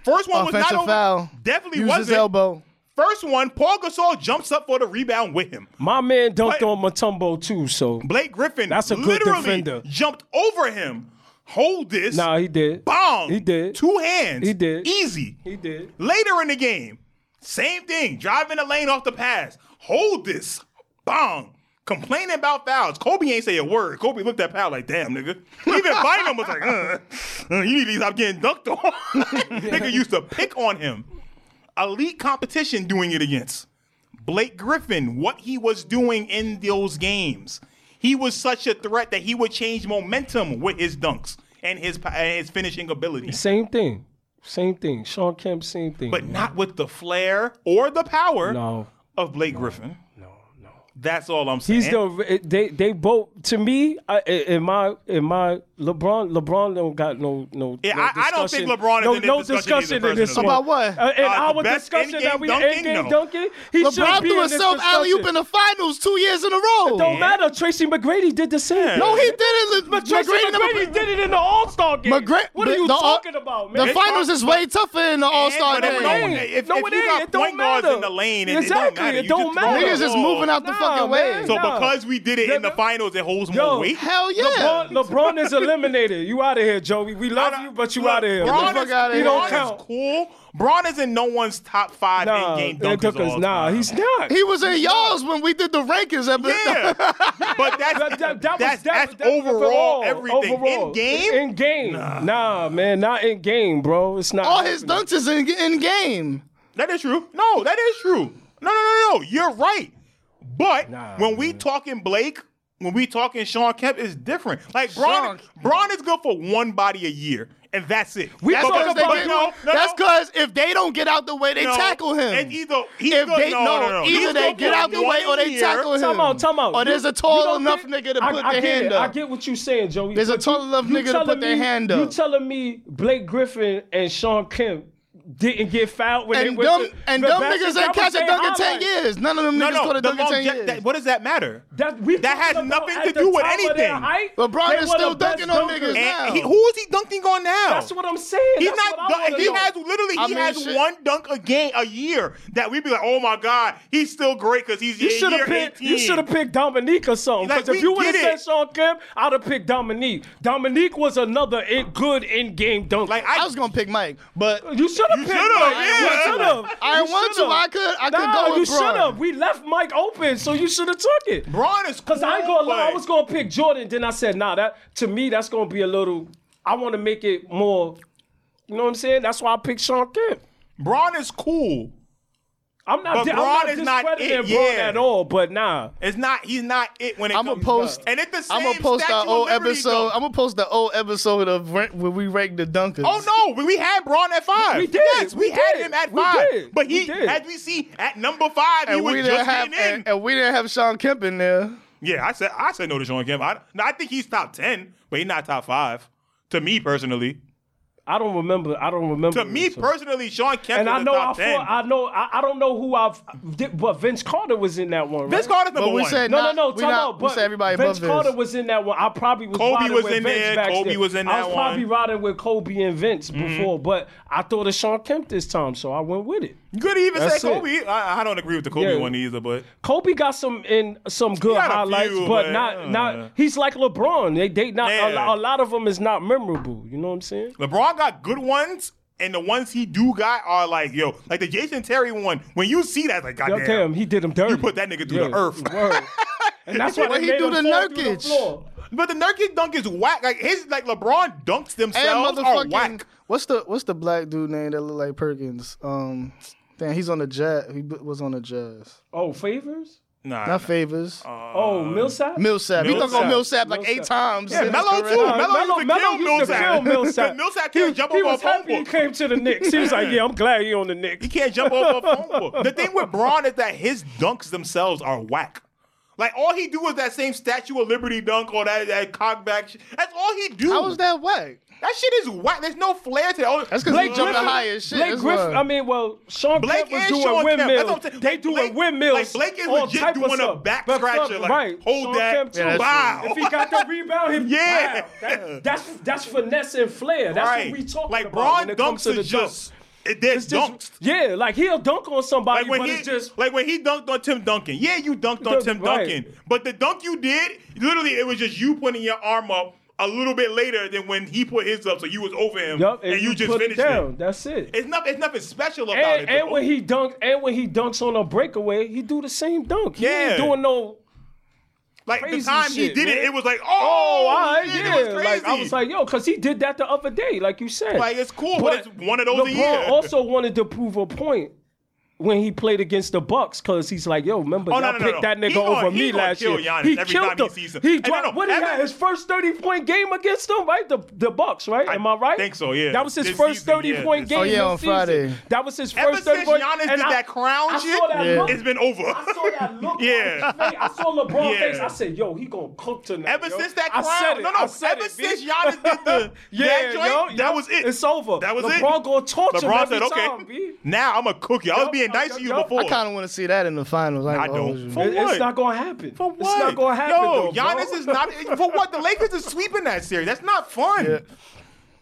[SPEAKER 1] First one was
[SPEAKER 2] Offensive
[SPEAKER 1] not over.
[SPEAKER 2] foul.
[SPEAKER 1] Definitely
[SPEAKER 2] Use
[SPEAKER 1] wasn't.
[SPEAKER 2] his elbow.
[SPEAKER 1] First one, Paul Gasol jumps up for the rebound with him.
[SPEAKER 3] My man dunked
[SPEAKER 1] Blake-
[SPEAKER 3] on Matumbo too, so
[SPEAKER 1] Blake Griffin
[SPEAKER 3] That's a good
[SPEAKER 1] literally
[SPEAKER 3] defender.
[SPEAKER 1] jumped over him. Hold this.
[SPEAKER 3] nah, he did.
[SPEAKER 1] Bong.
[SPEAKER 3] He did.
[SPEAKER 1] Two hands.
[SPEAKER 3] He did.
[SPEAKER 1] Easy.
[SPEAKER 3] He did.
[SPEAKER 1] Later in the game, same thing. Driving the lane off the pass. Hold this. Bong. Complaining about fouls. Kobe ain't say a word. Kobe looked at Powell like, damn, nigga. Even Bynum was like, uh, uh, you need to stop getting dunked on. nigga used to pick on him. Elite competition doing it against. Blake Griffin, what he was doing in those games. He was such a threat that he would change momentum with his dunks and his and his finishing ability,
[SPEAKER 3] Same thing. Same thing. Sean Kemp, same thing.
[SPEAKER 1] but not with the flair or the power
[SPEAKER 3] no,
[SPEAKER 1] of Blake Griffin.
[SPEAKER 3] no, no.
[SPEAKER 1] That's all I'm saying.
[SPEAKER 3] He's the eh, they they both to me I, eh, in my in my LeBron LeBron don't got no no.
[SPEAKER 1] Yeah,
[SPEAKER 3] no
[SPEAKER 1] I- I don't think
[SPEAKER 3] discussion.
[SPEAKER 1] LeBron is
[SPEAKER 3] no,
[SPEAKER 1] in this
[SPEAKER 3] no
[SPEAKER 1] discussion either,
[SPEAKER 3] in this
[SPEAKER 1] personally.
[SPEAKER 3] one.
[SPEAKER 2] About what?
[SPEAKER 3] Uh, in
[SPEAKER 1] Uh,
[SPEAKER 3] our
[SPEAKER 1] the best
[SPEAKER 3] discussion that
[SPEAKER 1] in-game
[SPEAKER 3] we
[SPEAKER 1] dunking?
[SPEAKER 3] in game
[SPEAKER 1] No.
[SPEAKER 3] dunking, he
[SPEAKER 2] LeBron
[SPEAKER 3] should be in
[SPEAKER 2] threw
[SPEAKER 3] this
[SPEAKER 2] himself alley oop
[SPEAKER 3] discussion.
[SPEAKER 2] in the finals two years in a row.
[SPEAKER 3] Don't matter. Tracy McGrady did the same.
[SPEAKER 1] Yeah.
[SPEAKER 2] no, he didn't.
[SPEAKER 3] But Tracy McGrady, did it in the All Star game.
[SPEAKER 2] McGra-
[SPEAKER 3] what are you
[SPEAKER 2] the-
[SPEAKER 3] talking about, man?
[SPEAKER 2] The finals is way tougher in the All Star
[SPEAKER 1] but if
[SPEAKER 2] game.
[SPEAKER 1] no one-
[SPEAKER 3] ain't.
[SPEAKER 1] if-
[SPEAKER 3] no,
[SPEAKER 1] if
[SPEAKER 3] it
[SPEAKER 1] you
[SPEAKER 3] ain't.
[SPEAKER 1] got
[SPEAKER 3] it don't
[SPEAKER 1] point guards
[SPEAKER 3] matter.
[SPEAKER 1] in the lane, it- it don't
[SPEAKER 3] exactly,
[SPEAKER 1] matter. You
[SPEAKER 3] it don't
[SPEAKER 1] just throw
[SPEAKER 3] matter.
[SPEAKER 1] it.
[SPEAKER 2] Niggas is moving out the
[SPEAKER 3] Nah,
[SPEAKER 2] fucking way.
[SPEAKER 3] man.
[SPEAKER 1] so
[SPEAKER 3] no.
[SPEAKER 1] because we did it in the finals, it holds more
[SPEAKER 3] Yo,
[SPEAKER 1] weight.
[SPEAKER 2] Hell yeah.
[SPEAKER 3] LeBron, LeBron is eliminated. You out of here, Joey. We love you, but you
[SPEAKER 1] Look,
[SPEAKER 3] out of here.
[SPEAKER 1] Bron
[SPEAKER 2] Get the
[SPEAKER 1] is-
[SPEAKER 2] fuck outta
[SPEAKER 1] Bron
[SPEAKER 2] here.
[SPEAKER 3] don't
[SPEAKER 1] is
[SPEAKER 3] count.
[SPEAKER 1] cool. Braun is in no one's top five
[SPEAKER 3] Nah,
[SPEAKER 1] in game
[SPEAKER 3] that
[SPEAKER 1] dunkers.
[SPEAKER 3] Dunker's-
[SPEAKER 1] all
[SPEAKER 3] nah,
[SPEAKER 1] time.
[SPEAKER 3] he's not.
[SPEAKER 2] He was in y'all's when we did the rankings. At
[SPEAKER 1] Yeah, but that's that's,
[SPEAKER 3] That- that- that was- that-
[SPEAKER 1] that's
[SPEAKER 3] that was
[SPEAKER 1] overall, everything
[SPEAKER 3] overall.
[SPEAKER 1] in game.
[SPEAKER 3] In game. Nah. man, not in game, bro. It's not.
[SPEAKER 2] All his
[SPEAKER 3] happening.
[SPEAKER 2] dunks is in, in game.
[SPEAKER 1] that is true. No, that is true. No, no, no, no. You're right. But
[SPEAKER 3] Nah,
[SPEAKER 1] when we talking Blake, when we talking Sean Kemp, it's different. Like Braun,
[SPEAKER 2] Sean-
[SPEAKER 1] Braun is good for one body a year, and that's it.
[SPEAKER 3] We
[SPEAKER 1] But-
[SPEAKER 2] That's
[SPEAKER 3] talk
[SPEAKER 1] but-
[SPEAKER 2] because they
[SPEAKER 3] about-
[SPEAKER 1] but
[SPEAKER 2] get-
[SPEAKER 1] no, no,
[SPEAKER 2] that's
[SPEAKER 1] no.
[SPEAKER 2] because if they don't get out the way, they
[SPEAKER 1] No.
[SPEAKER 2] tackle him.
[SPEAKER 1] And either he's
[SPEAKER 2] if
[SPEAKER 1] good-
[SPEAKER 2] they
[SPEAKER 1] no,
[SPEAKER 2] no,
[SPEAKER 1] no, no.
[SPEAKER 2] either
[SPEAKER 1] He's
[SPEAKER 2] they
[SPEAKER 1] good
[SPEAKER 2] get
[SPEAKER 1] for
[SPEAKER 2] out the
[SPEAKER 1] one
[SPEAKER 2] way or they
[SPEAKER 1] year.
[SPEAKER 2] tackle him.
[SPEAKER 3] Time out, time out.
[SPEAKER 2] Or Oh, there's
[SPEAKER 3] You-
[SPEAKER 2] a
[SPEAKER 3] you
[SPEAKER 2] tall
[SPEAKER 3] don't
[SPEAKER 2] enough
[SPEAKER 3] think-
[SPEAKER 2] nigga to
[SPEAKER 3] I-
[SPEAKER 2] put
[SPEAKER 3] I
[SPEAKER 2] their
[SPEAKER 3] get
[SPEAKER 2] hand
[SPEAKER 3] it.
[SPEAKER 2] up.
[SPEAKER 3] I get what you're saying, Joey.
[SPEAKER 2] There's a
[SPEAKER 3] but
[SPEAKER 2] tall enough
[SPEAKER 3] you
[SPEAKER 2] nigga to
[SPEAKER 3] telling
[SPEAKER 2] put their
[SPEAKER 3] me-
[SPEAKER 2] hand
[SPEAKER 3] You
[SPEAKER 2] up.
[SPEAKER 3] telling me Blake Griffin and Sean Kemp didn't get fouled when
[SPEAKER 2] and
[SPEAKER 3] they
[SPEAKER 2] dumb
[SPEAKER 3] went to
[SPEAKER 2] and
[SPEAKER 3] the
[SPEAKER 2] dumb
[SPEAKER 3] basket?
[SPEAKER 2] niggas
[SPEAKER 3] That
[SPEAKER 2] ain't
[SPEAKER 3] was
[SPEAKER 2] catch a
[SPEAKER 3] their
[SPEAKER 2] dunk in ten
[SPEAKER 3] highlight.
[SPEAKER 2] years. None of them
[SPEAKER 1] No,
[SPEAKER 2] niggas
[SPEAKER 1] no,
[SPEAKER 2] caught a
[SPEAKER 1] the
[SPEAKER 2] dunk in ten
[SPEAKER 1] longe-
[SPEAKER 2] years.
[SPEAKER 1] that- what does that matter?
[SPEAKER 3] That, we
[SPEAKER 1] That
[SPEAKER 3] talking
[SPEAKER 1] has
[SPEAKER 3] about
[SPEAKER 1] nothing
[SPEAKER 3] at
[SPEAKER 1] to
[SPEAKER 3] the
[SPEAKER 1] do with
[SPEAKER 3] top of their
[SPEAKER 1] anything.
[SPEAKER 3] height,
[SPEAKER 2] LeBron
[SPEAKER 3] they
[SPEAKER 2] is
[SPEAKER 3] were
[SPEAKER 2] still
[SPEAKER 3] the best
[SPEAKER 2] dunking on
[SPEAKER 3] dunkers.
[SPEAKER 2] niggas now.
[SPEAKER 1] And he, who is he dunking on now?
[SPEAKER 3] That's what I'm saying.
[SPEAKER 1] He's
[SPEAKER 3] That's
[SPEAKER 1] not.
[SPEAKER 3] what I
[SPEAKER 1] Dunk,
[SPEAKER 3] wanna
[SPEAKER 1] he
[SPEAKER 3] know.
[SPEAKER 1] has literally.
[SPEAKER 2] I
[SPEAKER 1] he
[SPEAKER 2] mean,
[SPEAKER 1] has
[SPEAKER 2] shit.
[SPEAKER 1] one dunk a game a year that we'd be like, oh my god, he's still great because he's
[SPEAKER 3] You
[SPEAKER 1] in
[SPEAKER 3] should
[SPEAKER 1] year
[SPEAKER 3] have picked.
[SPEAKER 1] 18.
[SPEAKER 3] You should have picked Dominique or something.
[SPEAKER 1] Like,
[SPEAKER 3] Because
[SPEAKER 1] we
[SPEAKER 3] if you would have
[SPEAKER 1] get
[SPEAKER 3] said
[SPEAKER 1] it.
[SPEAKER 3] Sean Kemp, I'd have picked Dominique. Dominique was another in, good in-game dunk.
[SPEAKER 1] Like
[SPEAKER 2] I
[SPEAKER 1] I,
[SPEAKER 2] was gonna pick Mike, but
[SPEAKER 3] you should have
[SPEAKER 1] You
[SPEAKER 3] picked.
[SPEAKER 1] shoulda,
[SPEAKER 3] Mike.
[SPEAKER 1] yeah.
[SPEAKER 3] You should have.
[SPEAKER 2] I want to. I could. I could
[SPEAKER 3] Nah,
[SPEAKER 2] go
[SPEAKER 3] you
[SPEAKER 2] with
[SPEAKER 3] should
[SPEAKER 2] Bron.
[SPEAKER 3] have. We left Mike open, so you should have took it.
[SPEAKER 1] Braun is
[SPEAKER 3] Cause I ain't gonna lie, I
[SPEAKER 1] but-
[SPEAKER 3] was gonna pick Jordan. Then I said, nah, that to me that's gonna be a little. I want to make it more. You know what I'm saying? That's why I picked Sean Kemp.
[SPEAKER 1] Braun is cool.
[SPEAKER 3] I'm not.
[SPEAKER 1] But
[SPEAKER 3] I'm
[SPEAKER 1] Bron
[SPEAKER 3] not
[SPEAKER 1] is not it,
[SPEAKER 3] discrediting Bron
[SPEAKER 1] yeah.
[SPEAKER 3] at all. But nah,
[SPEAKER 1] It's not. He's not it when it
[SPEAKER 2] I'ma
[SPEAKER 1] comes.
[SPEAKER 2] post-
[SPEAKER 1] And it's the same.
[SPEAKER 2] I'm gonna post
[SPEAKER 1] Statue
[SPEAKER 2] our
[SPEAKER 1] of
[SPEAKER 2] old
[SPEAKER 1] Liberty
[SPEAKER 2] episode.
[SPEAKER 1] dunk.
[SPEAKER 2] I'm gonna post the old episode of rank, where we ranked the dunkers.
[SPEAKER 1] Oh no, we- we had Braun at five.
[SPEAKER 3] We did,
[SPEAKER 1] Yes, we,
[SPEAKER 3] we
[SPEAKER 1] had
[SPEAKER 3] did,
[SPEAKER 1] him at
[SPEAKER 3] we
[SPEAKER 1] five.
[SPEAKER 3] did,
[SPEAKER 1] But
[SPEAKER 3] we
[SPEAKER 1] he,
[SPEAKER 3] did.
[SPEAKER 1] as we see, at number five, he
[SPEAKER 2] And
[SPEAKER 1] was
[SPEAKER 2] we didn't
[SPEAKER 1] just
[SPEAKER 2] have
[SPEAKER 1] getting in.
[SPEAKER 2] and, and we didn't have Sean Kemp in there.
[SPEAKER 1] Yeah, I said I said no to Sean Kemp. I, no, I think he's top ten, but he's not top five. To me personally,
[SPEAKER 3] I don't remember. I don't remember.
[SPEAKER 1] to me
[SPEAKER 3] so-
[SPEAKER 1] personally, Sean Kemp
[SPEAKER 3] And
[SPEAKER 1] is
[SPEAKER 3] I
[SPEAKER 1] the
[SPEAKER 3] know I
[SPEAKER 1] top ten.
[SPEAKER 3] fought, I know I, I don't know who I've did- but Vince Carter was in that one. Right?
[SPEAKER 1] Vince Carter's number
[SPEAKER 2] But we
[SPEAKER 1] one.
[SPEAKER 2] said
[SPEAKER 3] No,
[SPEAKER 2] not,
[SPEAKER 3] no, no.
[SPEAKER 2] We
[SPEAKER 3] Time
[SPEAKER 2] not,
[SPEAKER 3] out.
[SPEAKER 2] we
[SPEAKER 3] But
[SPEAKER 2] said everybody
[SPEAKER 3] Vince
[SPEAKER 2] above
[SPEAKER 3] Carter
[SPEAKER 2] this.
[SPEAKER 3] was in that one. I probably was.
[SPEAKER 1] Kobe
[SPEAKER 3] riding
[SPEAKER 1] was
[SPEAKER 3] with
[SPEAKER 1] in
[SPEAKER 3] Vince
[SPEAKER 1] there.
[SPEAKER 3] back
[SPEAKER 1] Kobe
[SPEAKER 3] then.
[SPEAKER 1] was in
[SPEAKER 3] I
[SPEAKER 1] that
[SPEAKER 3] was probably
[SPEAKER 1] one. Mm-hmm.
[SPEAKER 3] riding with Kobe and Vince before, but I thought of Sean Kemp this time, so I went with it.
[SPEAKER 1] You could even say
[SPEAKER 3] That's it.
[SPEAKER 1] Kobe. I, I don't agree with the Kobe
[SPEAKER 3] Yeah.
[SPEAKER 1] one either, but
[SPEAKER 3] Kobe got some in some good
[SPEAKER 1] got a
[SPEAKER 3] highlights,
[SPEAKER 1] few,
[SPEAKER 3] but
[SPEAKER 1] but,
[SPEAKER 3] not
[SPEAKER 1] uh,
[SPEAKER 3] not. He's like LeBron. They they not a-
[SPEAKER 1] Yeah.
[SPEAKER 3] a, lot of them is not memorable. You know what I'm saying?
[SPEAKER 1] LeBron got good ones, and the ones he do got are like yo, like the Jason Terry one. When you see that, it's like
[SPEAKER 3] Yo,
[SPEAKER 1] goddamn,
[SPEAKER 3] damn, he did him dirty. You
[SPEAKER 1] put that nigga through the earth.
[SPEAKER 3] and that's why
[SPEAKER 2] What
[SPEAKER 3] they
[SPEAKER 2] he
[SPEAKER 3] made
[SPEAKER 2] do
[SPEAKER 3] him
[SPEAKER 2] to
[SPEAKER 3] fall through the
[SPEAKER 2] Nurkic?
[SPEAKER 3] floor.
[SPEAKER 1] But the Nurkic dunk is whack. Like his like LeBron dunks
[SPEAKER 2] And
[SPEAKER 1] themselves are
[SPEAKER 2] motherfucking
[SPEAKER 1] whack.
[SPEAKER 2] what's the what's the black dude name that look like Perkins? Um, damn, he's on the Jazz. He b- was on the Jazz.
[SPEAKER 3] Oh, favors.
[SPEAKER 1] Nah, Uh,
[SPEAKER 2] Not favors.
[SPEAKER 3] Oh, Millsap.
[SPEAKER 2] Millsap. He dunk on Millsap
[SPEAKER 3] Millsap.
[SPEAKER 2] like eight
[SPEAKER 3] Millsap.
[SPEAKER 2] times.
[SPEAKER 1] Yeah, Melo too.
[SPEAKER 3] Nah,
[SPEAKER 1] Melo, used to kill
[SPEAKER 3] used to
[SPEAKER 1] Millsap.
[SPEAKER 3] kill Millsap.
[SPEAKER 1] Millsap can't jump
[SPEAKER 3] he
[SPEAKER 1] up
[SPEAKER 3] was
[SPEAKER 1] off
[SPEAKER 3] happy he
[SPEAKER 1] homework.
[SPEAKER 3] came to the Knicks. He was like, "Yeah, I'm glad he on the Knicks."
[SPEAKER 1] He can't jump off a phone book. The thing with Braun is that his dunks themselves are whack. Like all he do is that same Statue of Liberty dunk or that, that cockback. Shit. That's all he do.
[SPEAKER 2] How was that whack?
[SPEAKER 1] That shit is whack. There's no flair to that.
[SPEAKER 2] That's 'cause he jumped
[SPEAKER 1] Griffin-
[SPEAKER 2] high as shit.
[SPEAKER 3] Blake
[SPEAKER 2] that's
[SPEAKER 3] Griffin.
[SPEAKER 2] why.
[SPEAKER 3] I mean, well, Sean
[SPEAKER 1] Blake
[SPEAKER 3] Kemp was
[SPEAKER 1] and
[SPEAKER 3] doing
[SPEAKER 1] Sean Kemp. That's
[SPEAKER 3] windmills.
[SPEAKER 1] what I'm saying.
[SPEAKER 3] They
[SPEAKER 1] Like,
[SPEAKER 3] doing
[SPEAKER 1] Blake-
[SPEAKER 3] windmills.
[SPEAKER 1] like, Blake is
[SPEAKER 3] all
[SPEAKER 1] legit
[SPEAKER 3] type of
[SPEAKER 1] doing a
[SPEAKER 3] stuff.
[SPEAKER 1] back
[SPEAKER 3] But
[SPEAKER 1] scratcher,
[SPEAKER 3] fuck,
[SPEAKER 1] like,
[SPEAKER 3] right.
[SPEAKER 1] hold
[SPEAKER 3] Sean
[SPEAKER 1] that.
[SPEAKER 3] Kemp, too.
[SPEAKER 1] Yeah, that's Wow. true.
[SPEAKER 3] If he got the rebound, he
[SPEAKER 1] Yeah.
[SPEAKER 3] Wow. That- that's that's finesse and flair. That's
[SPEAKER 1] right.
[SPEAKER 3] what we talking
[SPEAKER 1] like
[SPEAKER 3] about
[SPEAKER 1] Braun
[SPEAKER 3] when it
[SPEAKER 1] dunks
[SPEAKER 3] comes to the
[SPEAKER 1] is just.
[SPEAKER 3] dunk.
[SPEAKER 1] it, there's
[SPEAKER 3] It's just-
[SPEAKER 1] dunks.
[SPEAKER 3] Yeah, like he'll dunk on somebody,
[SPEAKER 1] Like when
[SPEAKER 3] but
[SPEAKER 1] he
[SPEAKER 3] it's just
[SPEAKER 1] like when he dunked on Tim Duncan. Yeah, you dunked on
[SPEAKER 3] Dunk-
[SPEAKER 1] Tim
[SPEAKER 3] right.
[SPEAKER 1] Duncan, but the dunk you did, literally, it was just you putting your arm up a little bit later than when he put his up, so you was over him,
[SPEAKER 3] yup,
[SPEAKER 1] and, you, just
[SPEAKER 3] put
[SPEAKER 1] finished
[SPEAKER 3] it
[SPEAKER 1] it.
[SPEAKER 3] down. That's it.
[SPEAKER 1] It's not. It's nothing special about
[SPEAKER 3] and,
[SPEAKER 1] it.
[SPEAKER 3] and
[SPEAKER 1] though.
[SPEAKER 3] when he dunks, and when he dunks on a breakaway, he do the same dunk. He
[SPEAKER 1] Yeah.
[SPEAKER 3] ain't doing no.
[SPEAKER 1] like the
[SPEAKER 3] crazy
[SPEAKER 1] time he
[SPEAKER 3] shit,
[SPEAKER 1] did it,
[SPEAKER 3] man.
[SPEAKER 1] it was like, oh,
[SPEAKER 3] Oh, all right,
[SPEAKER 1] shit,
[SPEAKER 3] yeah.
[SPEAKER 1] it was crazy.
[SPEAKER 3] Like I was like, yo, because he did that the other day, like you said.
[SPEAKER 1] Like, it's cool, but it's one of those a
[SPEAKER 3] LeBron
[SPEAKER 1] year.
[SPEAKER 3] also wanted to prove a point when he played agained the Bucks, because he's like, yo, remember
[SPEAKER 1] Oh, no,
[SPEAKER 3] y'all
[SPEAKER 1] no, no, no.
[SPEAKER 3] picked that nigga
[SPEAKER 1] He gonna-
[SPEAKER 3] over
[SPEAKER 1] he
[SPEAKER 3] me
[SPEAKER 1] gonna
[SPEAKER 3] last
[SPEAKER 1] kill
[SPEAKER 3] year.
[SPEAKER 1] Giannis
[SPEAKER 3] he
[SPEAKER 1] every
[SPEAKER 3] killed
[SPEAKER 1] time he
[SPEAKER 3] him.
[SPEAKER 1] sees him.
[SPEAKER 3] He
[SPEAKER 1] And no,
[SPEAKER 3] dropped
[SPEAKER 1] no,
[SPEAKER 3] what he
[SPEAKER 1] every-
[SPEAKER 3] had his first thirty point game against them, right? The the Bucks, right? Am I right?
[SPEAKER 1] think so, yeah.
[SPEAKER 3] That was his
[SPEAKER 1] This
[SPEAKER 3] first
[SPEAKER 1] season,
[SPEAKER 3] thirty
[SPEAKER 1] yeah,
[SPEAKER 3] point
[SPEAKER 1] this
[SPEAKER 3] game.
[SPEAKER 2] season. Oh, yeah,
[SPEAKER 3] this
[SPEAKER 2] on
[SPEAKER 3] season.
[SPEAKER 2] Friday.
[SPEAKER 3] That was his
[SPEAKER 1] ever
[SPEAKER 3] first thirty
[SPEAKER 1] since
[SPEAKER 3] point.
[SPEAKER 1] Giannis
[SPEAKER 3] and
[SPEAKER 1] did
[SPEAKER 3] I-
[SPEAKER 1] that crown
[SPEAKER 3] I
[SPEAKER 1] shit,
[SPEAKER 3] saw that look.
[SPEAKER 1] it's been over.
[SPEAKER 3] I saw that look
[SPEAKER 1] Yeah.
[SPEAKER 3] on his face. I saw LeBron
[SPEAKER 1] Yeah.
[SPEAKER 3] face. I said, "Yo, he gonna cook tonight."
[SPEAKER 1] Ever
[SPEAKER 3] yo.
[SPEAKER 1] since that
[SPEAKER 3] I
[SPEAKER 1] crown-
[SPEAKER 3] said it.
[SPEAKER 1] no, no,
[SPEAKER 3] I said
[SPEAKER 1] ever
[SPEAKER 3] it,
[SPEAKER 1] since
[SPEAKER 3] bitch.
[SPEAKER 1] Giannis did the-
[SPEAKER 3] yeah,
[SPEAKER 1] that joint,
[SPEAKER 3] yo,
[SPEAKER 1] that
[SPEAKER 3] yo,
[SPEAKER 1] was it.
[SPEAKER 3] It's over.
[SPEAKER 1] That was
[SPEAKER 3] LeBron
[SPEAKER 1] it.
[SPEAKER 3] LeBron gonna torture
[SPEAKER 1] LeBron
[SPEAKER 3] him every
[SPEAKER 1] said, "Okay,
[SPEAKER 3] time, B.
[SPEAKER 1] now I'm gonna cook you." I was
[SPEAKER 3] Yup,
[SPEAKER 1] being
[SPEAKER 3] yup,
[SPEAKER 1] nice to
[SPEAKER 3] yup,
[SPEAKER 1] you
[SPEAKER 3] yup.
[SPEAKER 1] before.
[SPEAKER 2] I kind of want to see that in the finals. I,
[SPEAKER 1] I
[SPEAKER 2] ain't gonna hold
[SPEAKER 1] don't.
[SPEAKER 2] you.
[SPEAKER 1] For
[SPEAKER 3] It-
[SPEAKER 1] what?
[SPEAKER 3] It's not gonna happen.
[SPEAKER 1] For what?
[SPEAKER 3] It's not gonna happen.
[SPEAKER 1] Yo,
[SPEAKER 3] though, bro.
[SPEAKER 1] Giannis is not for what. The Lakers are sweeping that series. That's not fun.
[SPEAKER 2] Yeah.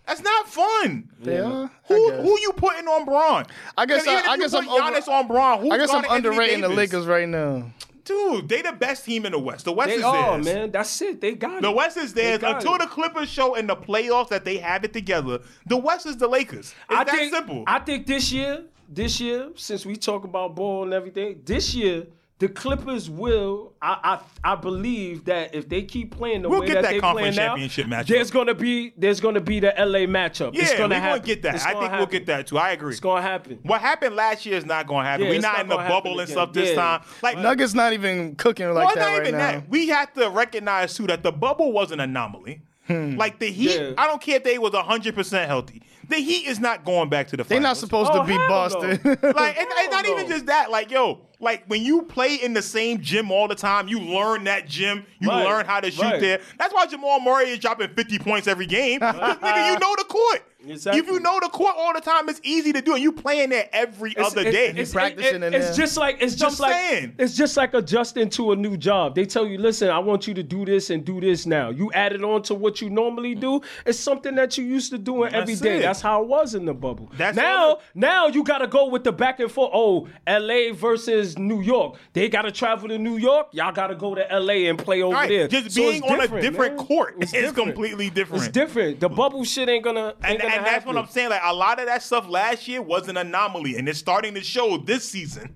[SPEAKER 1] That's not fun.
[SPEAKER 2] They are,
[SPEAKER 1] Who
[SPEAKER 2] I guess.
[SPEAKER 1] who you putting on Braun?
[SPEAKER 2] I guess
[SPEAKER 1] 'Cause
[SPEAKER 2] I-
[SPEAKER 1] even if
[SPEAKER 2] I
[SPEAKER 1] you
[SPEAKER 2] guess
[SPEAKER 1] put
[SPEAKER 2] I'm over-
[SPEAKER 1] Giannis on Braun. Who's
[SPEAKER 2] I guess I'm
[SPEAKER 1] guarding Anthony
[SPEAKER 2] underrating the
[SPEAKER 1] Davis?
[SPEAKER 2] Lakers right now.
[SPEAKER 1] Dude, they the best team in the West. The West
[SPEAKER 3] They
[SPEAKER 1] is
[SPEAKER 3] are,
[SPEAKER 1] theirs.
[SPEAKER 3] man. That's it. They got
[SPEAKER 1] The
[SPEAKER 3] it.
[SPEAKER 1] West is theirs
[SPEAKER 3] They got
[SPEAKER 1] until
[SPEAKER 3] it.
[SPEAKER 1] the Clippers show in the playoffs that they have it together. The West is the Lakers. It's
[SPEAKER 3] I
[SPEAKER 1] that
[SPEAKER 3] think,
[SPEAKER 1] simple.
[SPEAKER 3] I think this year, this year, since we talk about ball and everything, this year the Clippers will. I I, I believe that if they keep playing the
[SPEAKER 1] We'll
[SPEAKER 3] way
[SPEAKER 1] get
[SPEAKER 3] that,
[SPEAKER 1] that
[SPEAKER 3] they
[SPEAKER 1] conference
[SPEAKER 3] playing now,
[SPEAKER 1] championship matchup.
[SPEAKER 3] there's gonna be there's gonna be the LA matchup.
[SPEAKER 1] yeah,
[SPEAKER 3] it's
[SPEAKER 1] we're
[SPEAKER 3] gonna happen.
[SPEAKER 1] get that.
[SPEAKER 3] It's
[SPEAKER 1] I
[SPEAKER 3] gonna
[SPEAKER 1] think we'll
[SPEAKER 3] happen.
[SPEAKER 1] get that too. I agree.
[SPEAKER 3] It's gonna happen.
[SPEAKER 1] what happened last year is not going to happen.
[SPEAKER 3] Yeah,
[SPEAKER 1] We're
[SPEAKER 3] it's
[SPEAKER 1] not,
[SPEAKER 3] not
[SPEAKER 1] in the
[SPEAKER 3] gonna happen
[SPEAKER 1] bubble and
[SPEAKER 3] again.
[SPEAKER 1] stuff this
[SPEAKER 3] Yeah.
[SPEAKER 1] time. Like
[SPEAKER 2] Nuggets not even cooking like
[SPEAKER 1] Well,
[SPEAKER 2] that
[SPEAKER 1] not
[SPEAKER 2] right
[SPEAKER 1] even
[SPEAKER 2] now.
[SPEAKER 1] that. We have to recognize too that the bubble was an anomaly.
[SPEAKER 2] Hmm.
[SPEAKER 1] Like the Heat,
[SPEAKER 3] Yeah.
[SPEAKER 1] I don't care if they was hundred percent healthy. The Heat is not going back to the.
[SPEAKER 2] They're
[SPEAKER 1] Finals.
[SPEAKER 2] not supposed
[SPEAKER 3] Oh,
[SPEAKER 2] to beat
[SPEAKER 3] hell
[SPEAKER 2] Boston.
[SPEAKER 3] no.
[SPEAKER 1] like, and, and not
[SPEAKER 3] Hell
[SPEAKER 1] even
[SPEAKER 3] no.
[SPEAKER 1] just that. Like, yo, like when you play in the same gym all the time, you learn that gym. You
[SPEAKER 3] Right,
[SPEAKER 1] learn how to shoot
[SPEAKER 3] right.
[SPEAKER 1] there. That's why Jamal Murray is dropping fifty points every game. 'Cause, nigga, you know the court.
[SPEAKER 3] Exactly.
[SPEAKER 1] If you know the court all the time, it's easy to do, and you playing there every other
[SPEAKER 3] it-
[SPEAKER 1] day.
[SPEAKER 3] It's,
[SPEAKER 2] practicing in
[SPEAKER 3] it's
[SPEAKER 2] there.
[SPEAKER 3] just like it's just
[SPEAKER 1] I'm
[SPEAKER 3] like
[SPEAKER 1] saying.
[SPEAKER 3] it's just like adjusting to a new job. They tell you, listen, I want you to do this and do this now. You add it on to what you normally
[SPEAKER 2] Mm.
[SPEAKER 3] do. It's something that you used to doing every
[SPEAKER 1] That's
[SPEAKER 3] day.
[SPEAKER 1] it.
[SPEAKER 3] That's how it was in the bubble.
[SPEAKER 1] That's
[SPEAKER 3] now,
[SPEAKER 1] all
[SPEAKER 3] now you gotta go with the back and forth. Oh, LA versus New York. They gotta travel to New York. Y'all gotta go to LA and play over
[SPEAKER 1] Right.
[SPEAKER 3] there.
[SPEAKER 1] Just
[SPEAKER 3] So
[SPEAKER 1] being
[SPEAKER 3] it's
[SPEAKER 1] on a
[SPEAKER 3] different,
[SPEAKER 1] different
[SPEAKER 3] man.
[SPEAKER 1] court
[SPEAKER 3] It's
[SPEAKER 1] is
[SPEAKER 3] different.
[SPEAKER 1] completely different.
[SPEAKER 3] It's different. The bubble shit ain't gonna ain't
[SPEAKER 1] And,
[SPEAKER 3] gonna
[SPEAKER 1] and that's
[SPEAKER 3] happen.
[SPEAKER 1] what I'm saying. Like a lot of that stuff last year was an anomaly, and it's starting to show this season.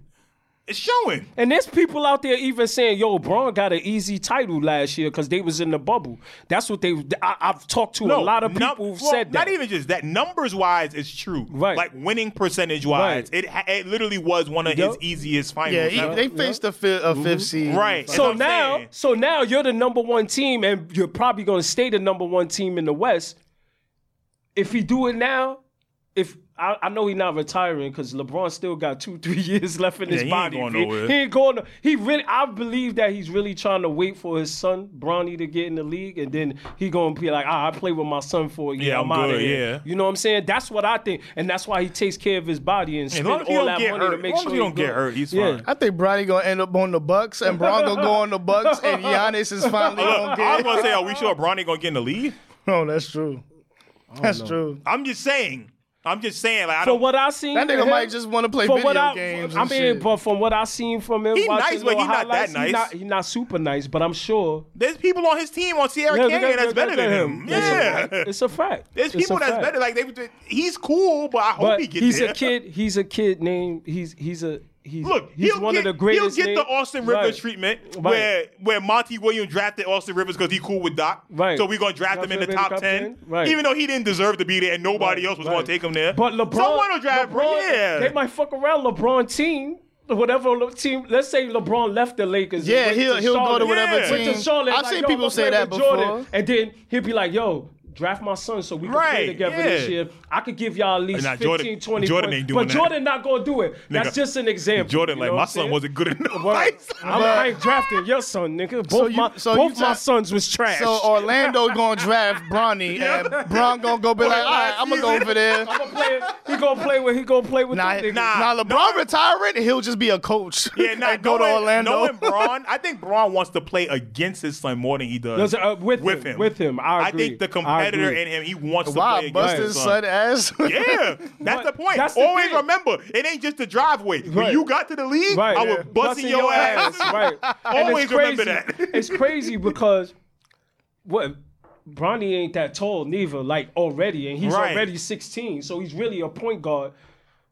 [SPEAKER 1] It's showing.
[SPEAKER 3] And there's people out there even saying, "Yo, Braun got an easy title last year because they was in the bubble." That's what they. I, I've talked to a lot of
[SPEAKER 1] num-
[SPEAKER 3] people who've
[SPEAKER 1] well,
[SPEAKER 3] said that.
[SPEAKER 1] Not even just that. Numbers wise, it's true.
[SPEAKER 3] Right.
[SPEAKER 1] Like winning percentage wise,
[SPEAKER 3] Right.
[SPEAKER 1] it ha- it literally was one of
[SPEAKER 3] Yup.
[SPEAKER 1] his easiest finals.
[SPEAKER 2] yeah, he-
[SPEAKER 1] ever.
[SPEAKER 2] they faced a, fi- a fifth seed.
[SPEAKER 1] Mm-hmm. right. That's what
[SPEAKER 3] so
[SPEAKER 1] I'm
[SPEAKER 3] now,
[SPEAKER 1] saying.
[SPEAKER 3] so now you're the number one team, and you're probably gonna stay the number one team in the West. If he do it now, if I, I know he's not retiring because LeBron still got two, three years left in his
[SPEAKER 1] he ain't
[SPEAKER 3] body.
[SPEAKER 1] going
[SPEAKER 3] B.
[SPEAKER 1] nowhere.
[SPEAKER 3] He ain't going. no- He really, I believe that he's really trying to wait for his son Bronny to get in the league, and then he gonna be like, ah, I play with my son for a year.
[SPEAKER 1] Yeah, I'm
[SPEAKER 3] outta
[SPEAKER 1] good,
[SPEAKER 3] here."
[SPEAKER 1] yeah.
[SPEAKER 3] You know what I'm saying? That's what I think, and that's why he takes care of his body and
[SPEAKER 1] as
[SPEAKER 3] spend
[SPEAKER 1] long as he
[SPEAKER 3] all
[SPEAKER 1] don't
[SPEAKER 3] that
[SPEAKER 1] get
[SPEAKER 3] money
[SPEAKER 1] hurt,
[SPEAKER 3] to make
[SPEAKER 1] as long
[SPEAKER 3] sure
[SPEAKER 1] as he don't get
[SPEAKER 3] good.
[SPEAKER 1] hurt, he's
[SPEAKER 3] Yeah.
[SPEAKER 1] fine.
[SPEAKER 2] I think Bronny gonna end up on the Bucks, and Bron gonna go on the Bucks, and Giannis is finally gonna
[SPEAKER 1] Look, I was
[SPEAKER 2] get.
[SPEAKER 1] gonna say, are we sure Bronny gonna get in the league?
[SPEAKER 2] No, Oh, that's true. That's true.
[SPEAKER 1] I'm just saying. I'm just saying. Like I
[SPEAKER 3] From
[SPEAKER 1] don't.
[SPEAKER 3] what I seen,
[SPEAKER 2] That
[SPEAKER 3] with
[SPEAKER 2] nigga
[SPEAKER 3] him,
[SPEAKER 2] might just want to play
[SPEAKER 3] from
[SPEAKER 2] video
[SPEAKER 3] what I,
[SPEAKER 2] games.
[SPEAKER 3] I
[SPEAKER 2] and
[SPEAKER 3] mean,
[SPEAKER 2] shit.
[SPEAKER 3] but from what I seen from him,
[SPEAKER 1] He
[SPEAKER 3] watching
[SPEAKER 1] nice, but he
[SPEAKER 3] little
[SPEAKER 1] not that
[SPEAKER 3] highlights,
[SPEAKER 1] nice.
[SPEAKER 3] He not, he not super nice, but I'm sure.
[SPEAKER 1] There's people on his team on Sierra
[SPEAKER 3] Yeah,
[SPEAKER 1] Canyon that's
[SPEAKER 3] look at-
[SPEAKER 1] better
[SPEAKER 3] look
[SPEAKER 1] than
[SPEAKER 3] at
[SPEAKER 1] him.
[SPEAKER 3] It's a
[SPEAKER 1] Yeah.
[SPEAKER 3] fact. it's a fact.
[SPEAKER 1] There's
[SPEAKER 3] It's a
[SPEAKER 1] people that's
[SPEAKER 3] fact.
[SPEAKER 1] better. Like they, he's cool, but I hope
[SPEAKER 3] But
[SPEAKER 1] he gets
[SPEAKER 3] he's
[SPEAKER 1] there.
[SPEAKER 3] a kid. He's a kid named. He's he's a he's
[SPEAKER 1] Look,
[SPEAKER 3] He's
[SPEAKER 1] he'll
[SPEAKER 3] one
[SPEAKER 1] get,
[SPEAKER 3] of the greatest.
[SPEAKER 1] He'll get the
[SPEAKER 3] name-
[SPEAKER 1] Austin Rivers
[SPEAKER 3] Right.
[SPEAKER 1] treatment,
[SPEAKER 3] Right.
[SPEAKER 1] where where Monty Williams drafted Austin Rivers because he cool with Doc.
[SPEAKER 3] Right.
[SPEAKER 1] So we're gonna draft
[SPEAKER 3] Draft
[SPEAKER 1] him in the top, ten,
[SPEAKER 3] Right.
[SPEAKER 1] even though he didn't deserve to be there, and nobody
[SPEAKER 3] Right,
[SPEAKER 1] else was
[SPEAKER 3] right.
[SPEAKER 1] gonna take him there.
[SPEAKER 3] But LeBron,
[SPEAKER 1] someone will draft.
[SPEAKER 3] LeBron-
[SPEAKER 1] yeah.
[SPEAKER 3] they might fuck around LeBron team. Whatever Le- team, let's say LeBron left the Lakers. and
[SPEAKER 2] Yeah,
[SPEAKER 3] went to
[SPEAKER 2] he'll- he'll go to
[SPEAKER 3] Charlotte.
[SPEAKER 1] whatever Yeah.
[SPEAKER 3] Went to
[SPEAKER 2] team.
[SPEAKER 3] Charlotte,
[SPEAKER 2] I've
[SPEAKER 3] like,
[SPEAKER 2] seen
[SPEAKER 3] yo,
[SPEAKER 2] people
[SPEAKER 3] I'ma
[SPEAKER 2] say
[SPEAKER 3] play
[SPEAKER 2] that
[SPEAKER 3] with Jordan.
[SPEAKER 2] before.
[SPEAKER 3] And then he'll be like, "Yo, draft my son so we can
[SPEAKER 1] Right,
[SPEAKER 3] play together
[SPEAKER 1] yeah.
[SPEAKER 3] this year. I could give y'all at least
[SPEAKER 1] Nah,
[SPEAKER 3] 15,
[SPEAKER 1] Jordan-
[SPEAKER 3] 20
[SPEAKER 1] Jordan
[SPEAKER 3] points."
[SPEAKER 1] ain't doing
[SPEAKER 3] but
[SPEAKER 1] that.
[SPEAKER 3] Jordan not gonna do it. That's
[SPEAKER 1] Nigga,
[SPEAKER 3] just an example.
[SPEAKER 1] Jordan,
[SPEAKER 3] you
[SPEAKER 1] like
[SPEAKER 3] know
[SPEAKER 1] my
[SPEAKER 3] what I'm
[SPEAKER 1] son
[SPEAKER 3] saying?
[SPEAKER 1] wasn't good enough.
[SPEAKER 3] But
[SPEAKER 1] Like,
[SPEAKER 3] I'm, I ain't drafting your son, nigga. Both,
[SPEAKER 2] you-
[SPEAKER 3] my,
[SPEAKER 2] so you
[SPEAKER 3] both my
[SPEAKER 2] tell-
[SPEAKER 3] sons was trash.
[SPEAKER 2] so Orlando gonna draft Bronny, and Bron gonna go be like, all right, I'm gonna go over there.
[SPEAKER 3] I'ma play- he gonna play with he gonna play with
[SPEAKER 2] Nah,
[SPEAKER 3] them niggas.
[SPEAKER 2] nah,
[SPEAKER 1] Nah,
[SPEAKER 2] LeBron retiring, he'll just be a coach.
[SPEAKER 1] yeah, nah,
[SPEAKER 2] and go to
[SPEAKER 1] knowing-
[SPEAKER 2] Orlando.
[SPEAKER 1] Knowing Braun, I think Braun wants to play against his son more than he does
[SPEAKER 3] Does, uh, with him, with him, I agree.
[SPEAKER 1] think the
[SPEAKER 3] I I
[SPEAKER 1] competitor
[SPEAKER 3] agree.
[SPEAKER 1] in him. He wants to play
[SPEAKER 2] Why
[SPEAKER 1] against
[SPEAKER 2] bust
[SPEAKER 1] his
[SPEAKER 2] his
[SPEAKER 1] son.
[SPEAKER 2] son ass?
[SPEAKER 1] Yeah, that's
[SPEAKER 3] But
[SPEAKER 1] the point.
[SPEAKER 3] that's the
[SPEAKER 1] Always
[SPEAKER 3] thing.
[SPEAKER 1] remember, it ain't just the driveway. When
[SPEAKER 3] Right.
[SPEAKER 1] you got to the league,
[SPEAKER 3] Right.
[SPEAKER 1] I
[SPEAKER 3] yeah.
[SPEAKER 1] was busting
[SPEAKER 3] Busting
[SPEAKER 1] your, ass.
[SPEAKER 3] Right. And
[SPEAKER 1] Always
[SPEAKER 3] it's
[SPEAKER 1] remember
[SPEAKER 3] crazy-
[SPEAKER 1] that.
[SPEAKER 3] it's crazy because what Bronny ain't that tall neither, like already, and he's
[SPEAKER 1] Right.
[SPEAKER 3] already 16, so he's really a point guard.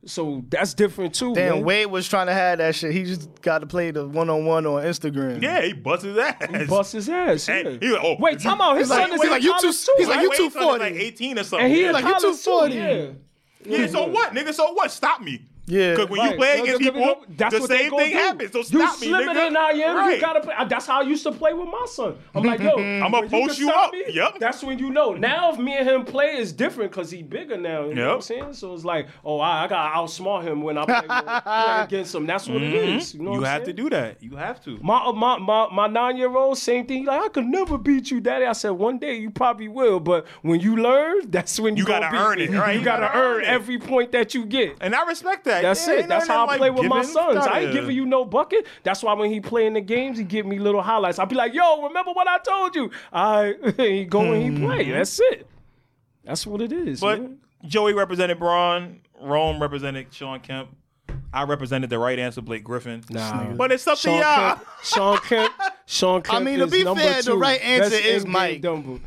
[SPEAKER 3] So that's different too.
[SPEAKER 2] Damn,
[SPEAKER 3] man.
[SPEAKER 2] Wade was trying to have that shit. He just got to play the one on one on Instagram.
[SPEAKER 1] Yeah, he busts his ass.
[SPEAKER 3] bust his ass.
[SPEAKER 1] And
[SPEAKER 3] yeah.
[SPEAKER 1] he like, oh,
[SPEAKER 3] wait,
[SPEAKER 1] you-
[SPEAKER 3] time out. His
[SPEAKER 1] he's
[SPEAKER 3] son
[SPEAKER 1] like-
[SPEAKER 3] is
[SPEAKER 1] he's
[SPEAKER 3] in
[SPEAKER 1] like,
[SPEAKER 2] you
[SPEAKER 3] college
[SPEAKER 2] too-
[SPEAKER 3] too.
[SPEAKER 2] he's like,
[SPEAKER 3] right?
[SPEAKER 1] Right?
[SPEAKER 2] you
[SPEAKER 1] Wade son is
[SPEAKER 2] 240.
[SPEAKER 1] Like 18 or something.
[SPEAKER 3] and he in
[SPEAKER 2] like, you
[SPEAKER 3] college
[SPEAKER 2] 240.
[SPEAKER 3] too. Yeah.
[SPEAKER 1] yeah, so what, nigga? So what? Stop me.
[SPEAKER 2] Yeah.
[SPEAKER 1] Because when you
[SPEAKER 3] Right.
[SPEAKER 1] play
[SPEAKER 3] No,
[SPEAKER 1] against
[SPEAKER 3] no,
[SPEAKER 1] people,
[SPEAKER 3] no, that's
[SPEAKER 1] the
[SPEAKER 3] what they
[SPEAKER 1] same
[SPEAKER 3] gonna
[SPEAKER 1] thing
[SPEAKER 3] do.
[SPEAKER 1] happens. So
[SPEAKER 3] you
[SPEAKER 1] stop me,
[SPEAKER 3] slimmer
[SPEAKER 1] nigga.
[SPEAKER 3] than I am.
[SPEAKER 1] Right. Mm-hmm,
[SPEAKER 3] You gotta play. That's how I used to play with my son. I'm like, yo, I'm
[SPEAKER 1] I'ma post you up. Yep.
[SPEAKER 3] That's when you know. Now, if me and him play, it's different because he bigger now. You know what I'm
[SPEAKER 1] Yep.
[SPEAKER 3] saying? So it's like, oh, I, I gotta outsmart him when I play, with- play against him. That's what it is. You know,
[SPEAKER 1] Mm-hmm. You
[SPEAKER 3] what I'm
[SPEAKER 1] have to
[SPEAKER 3] saying?
[SPEAKER 1] do that. You have to.
[SPEAKER 3] My, uh, my my my nine year old same thing. He Like I could never beat you, daddy. I said one day you probably will, but when you learn, that's when you,
[SPEAKER 1] You gotta
[SPEAKER 3] gonna beat
[SPEAKER 1] earn
[SPEAKER 3] me.
[SPEAKER 1] it, right?
[SPEAKER 3] You,
[SPEAKER 1] You
[SPEAKER 3] gotta,
[SPEAKER 1] gotta
[SPEAKER 3] earn
[SPEAKER 1] earn it.
[SPEAKER 3] every point that you get.
[SPEAKER 1] And I respect that.
[SPEAKER 3] That's
[SPEAKER 1] Yeah,
[SPEAKER 3] it.
[SPEAKER 1] ain't
[SPEAKER 3] That's
[SPEAKER 1] nothing
[SPEAKER 3] how I
[SPEAKER 1] like
[SPEAKER 3] play with my
[SPEAKER 1] giving.
[SPEAKER 3] sons. I ain't
[SPEAKER 1] Gotta-
[SPEAKER 3] giving you no bucket. That's why when he playing the games, he give me little highlights. I be like, yo, remember what I told you? I he go and he
[SPEAKER 2] Hmm.
[SPEAKER 3] play. That's it. That's what it is.
[SPEAKER 1] But
[SPEAKER 3] man.
[SPEAKER 1] Joey represented Braun. Rome represented Sean Kemp. I represented the right answer, Blake Griffin.
[SPEAKER 3] Nah.
[SPEAKER 1] But it's up to
[SPEAKER 3] Sean
[SPEAKER 1] y'all.
[SPEAKER 3] Kemp, Sean Kemp, Sean Kemp.
[SPEAKER 2] mean, to
[SPEAKER 3] is
[SPEAKER 2] be
[SPEAKER 3] number
[SPEAKER 2] fair,
[SPEAKER 3] two.
[SPEAKER 2] the right answer
[SPEAKER 3] That's
[SPEAKER 2] is
[SPEAKER 3] in-game
[SPEAKER 2] Mike.
[SPEAKER 3] Dumble.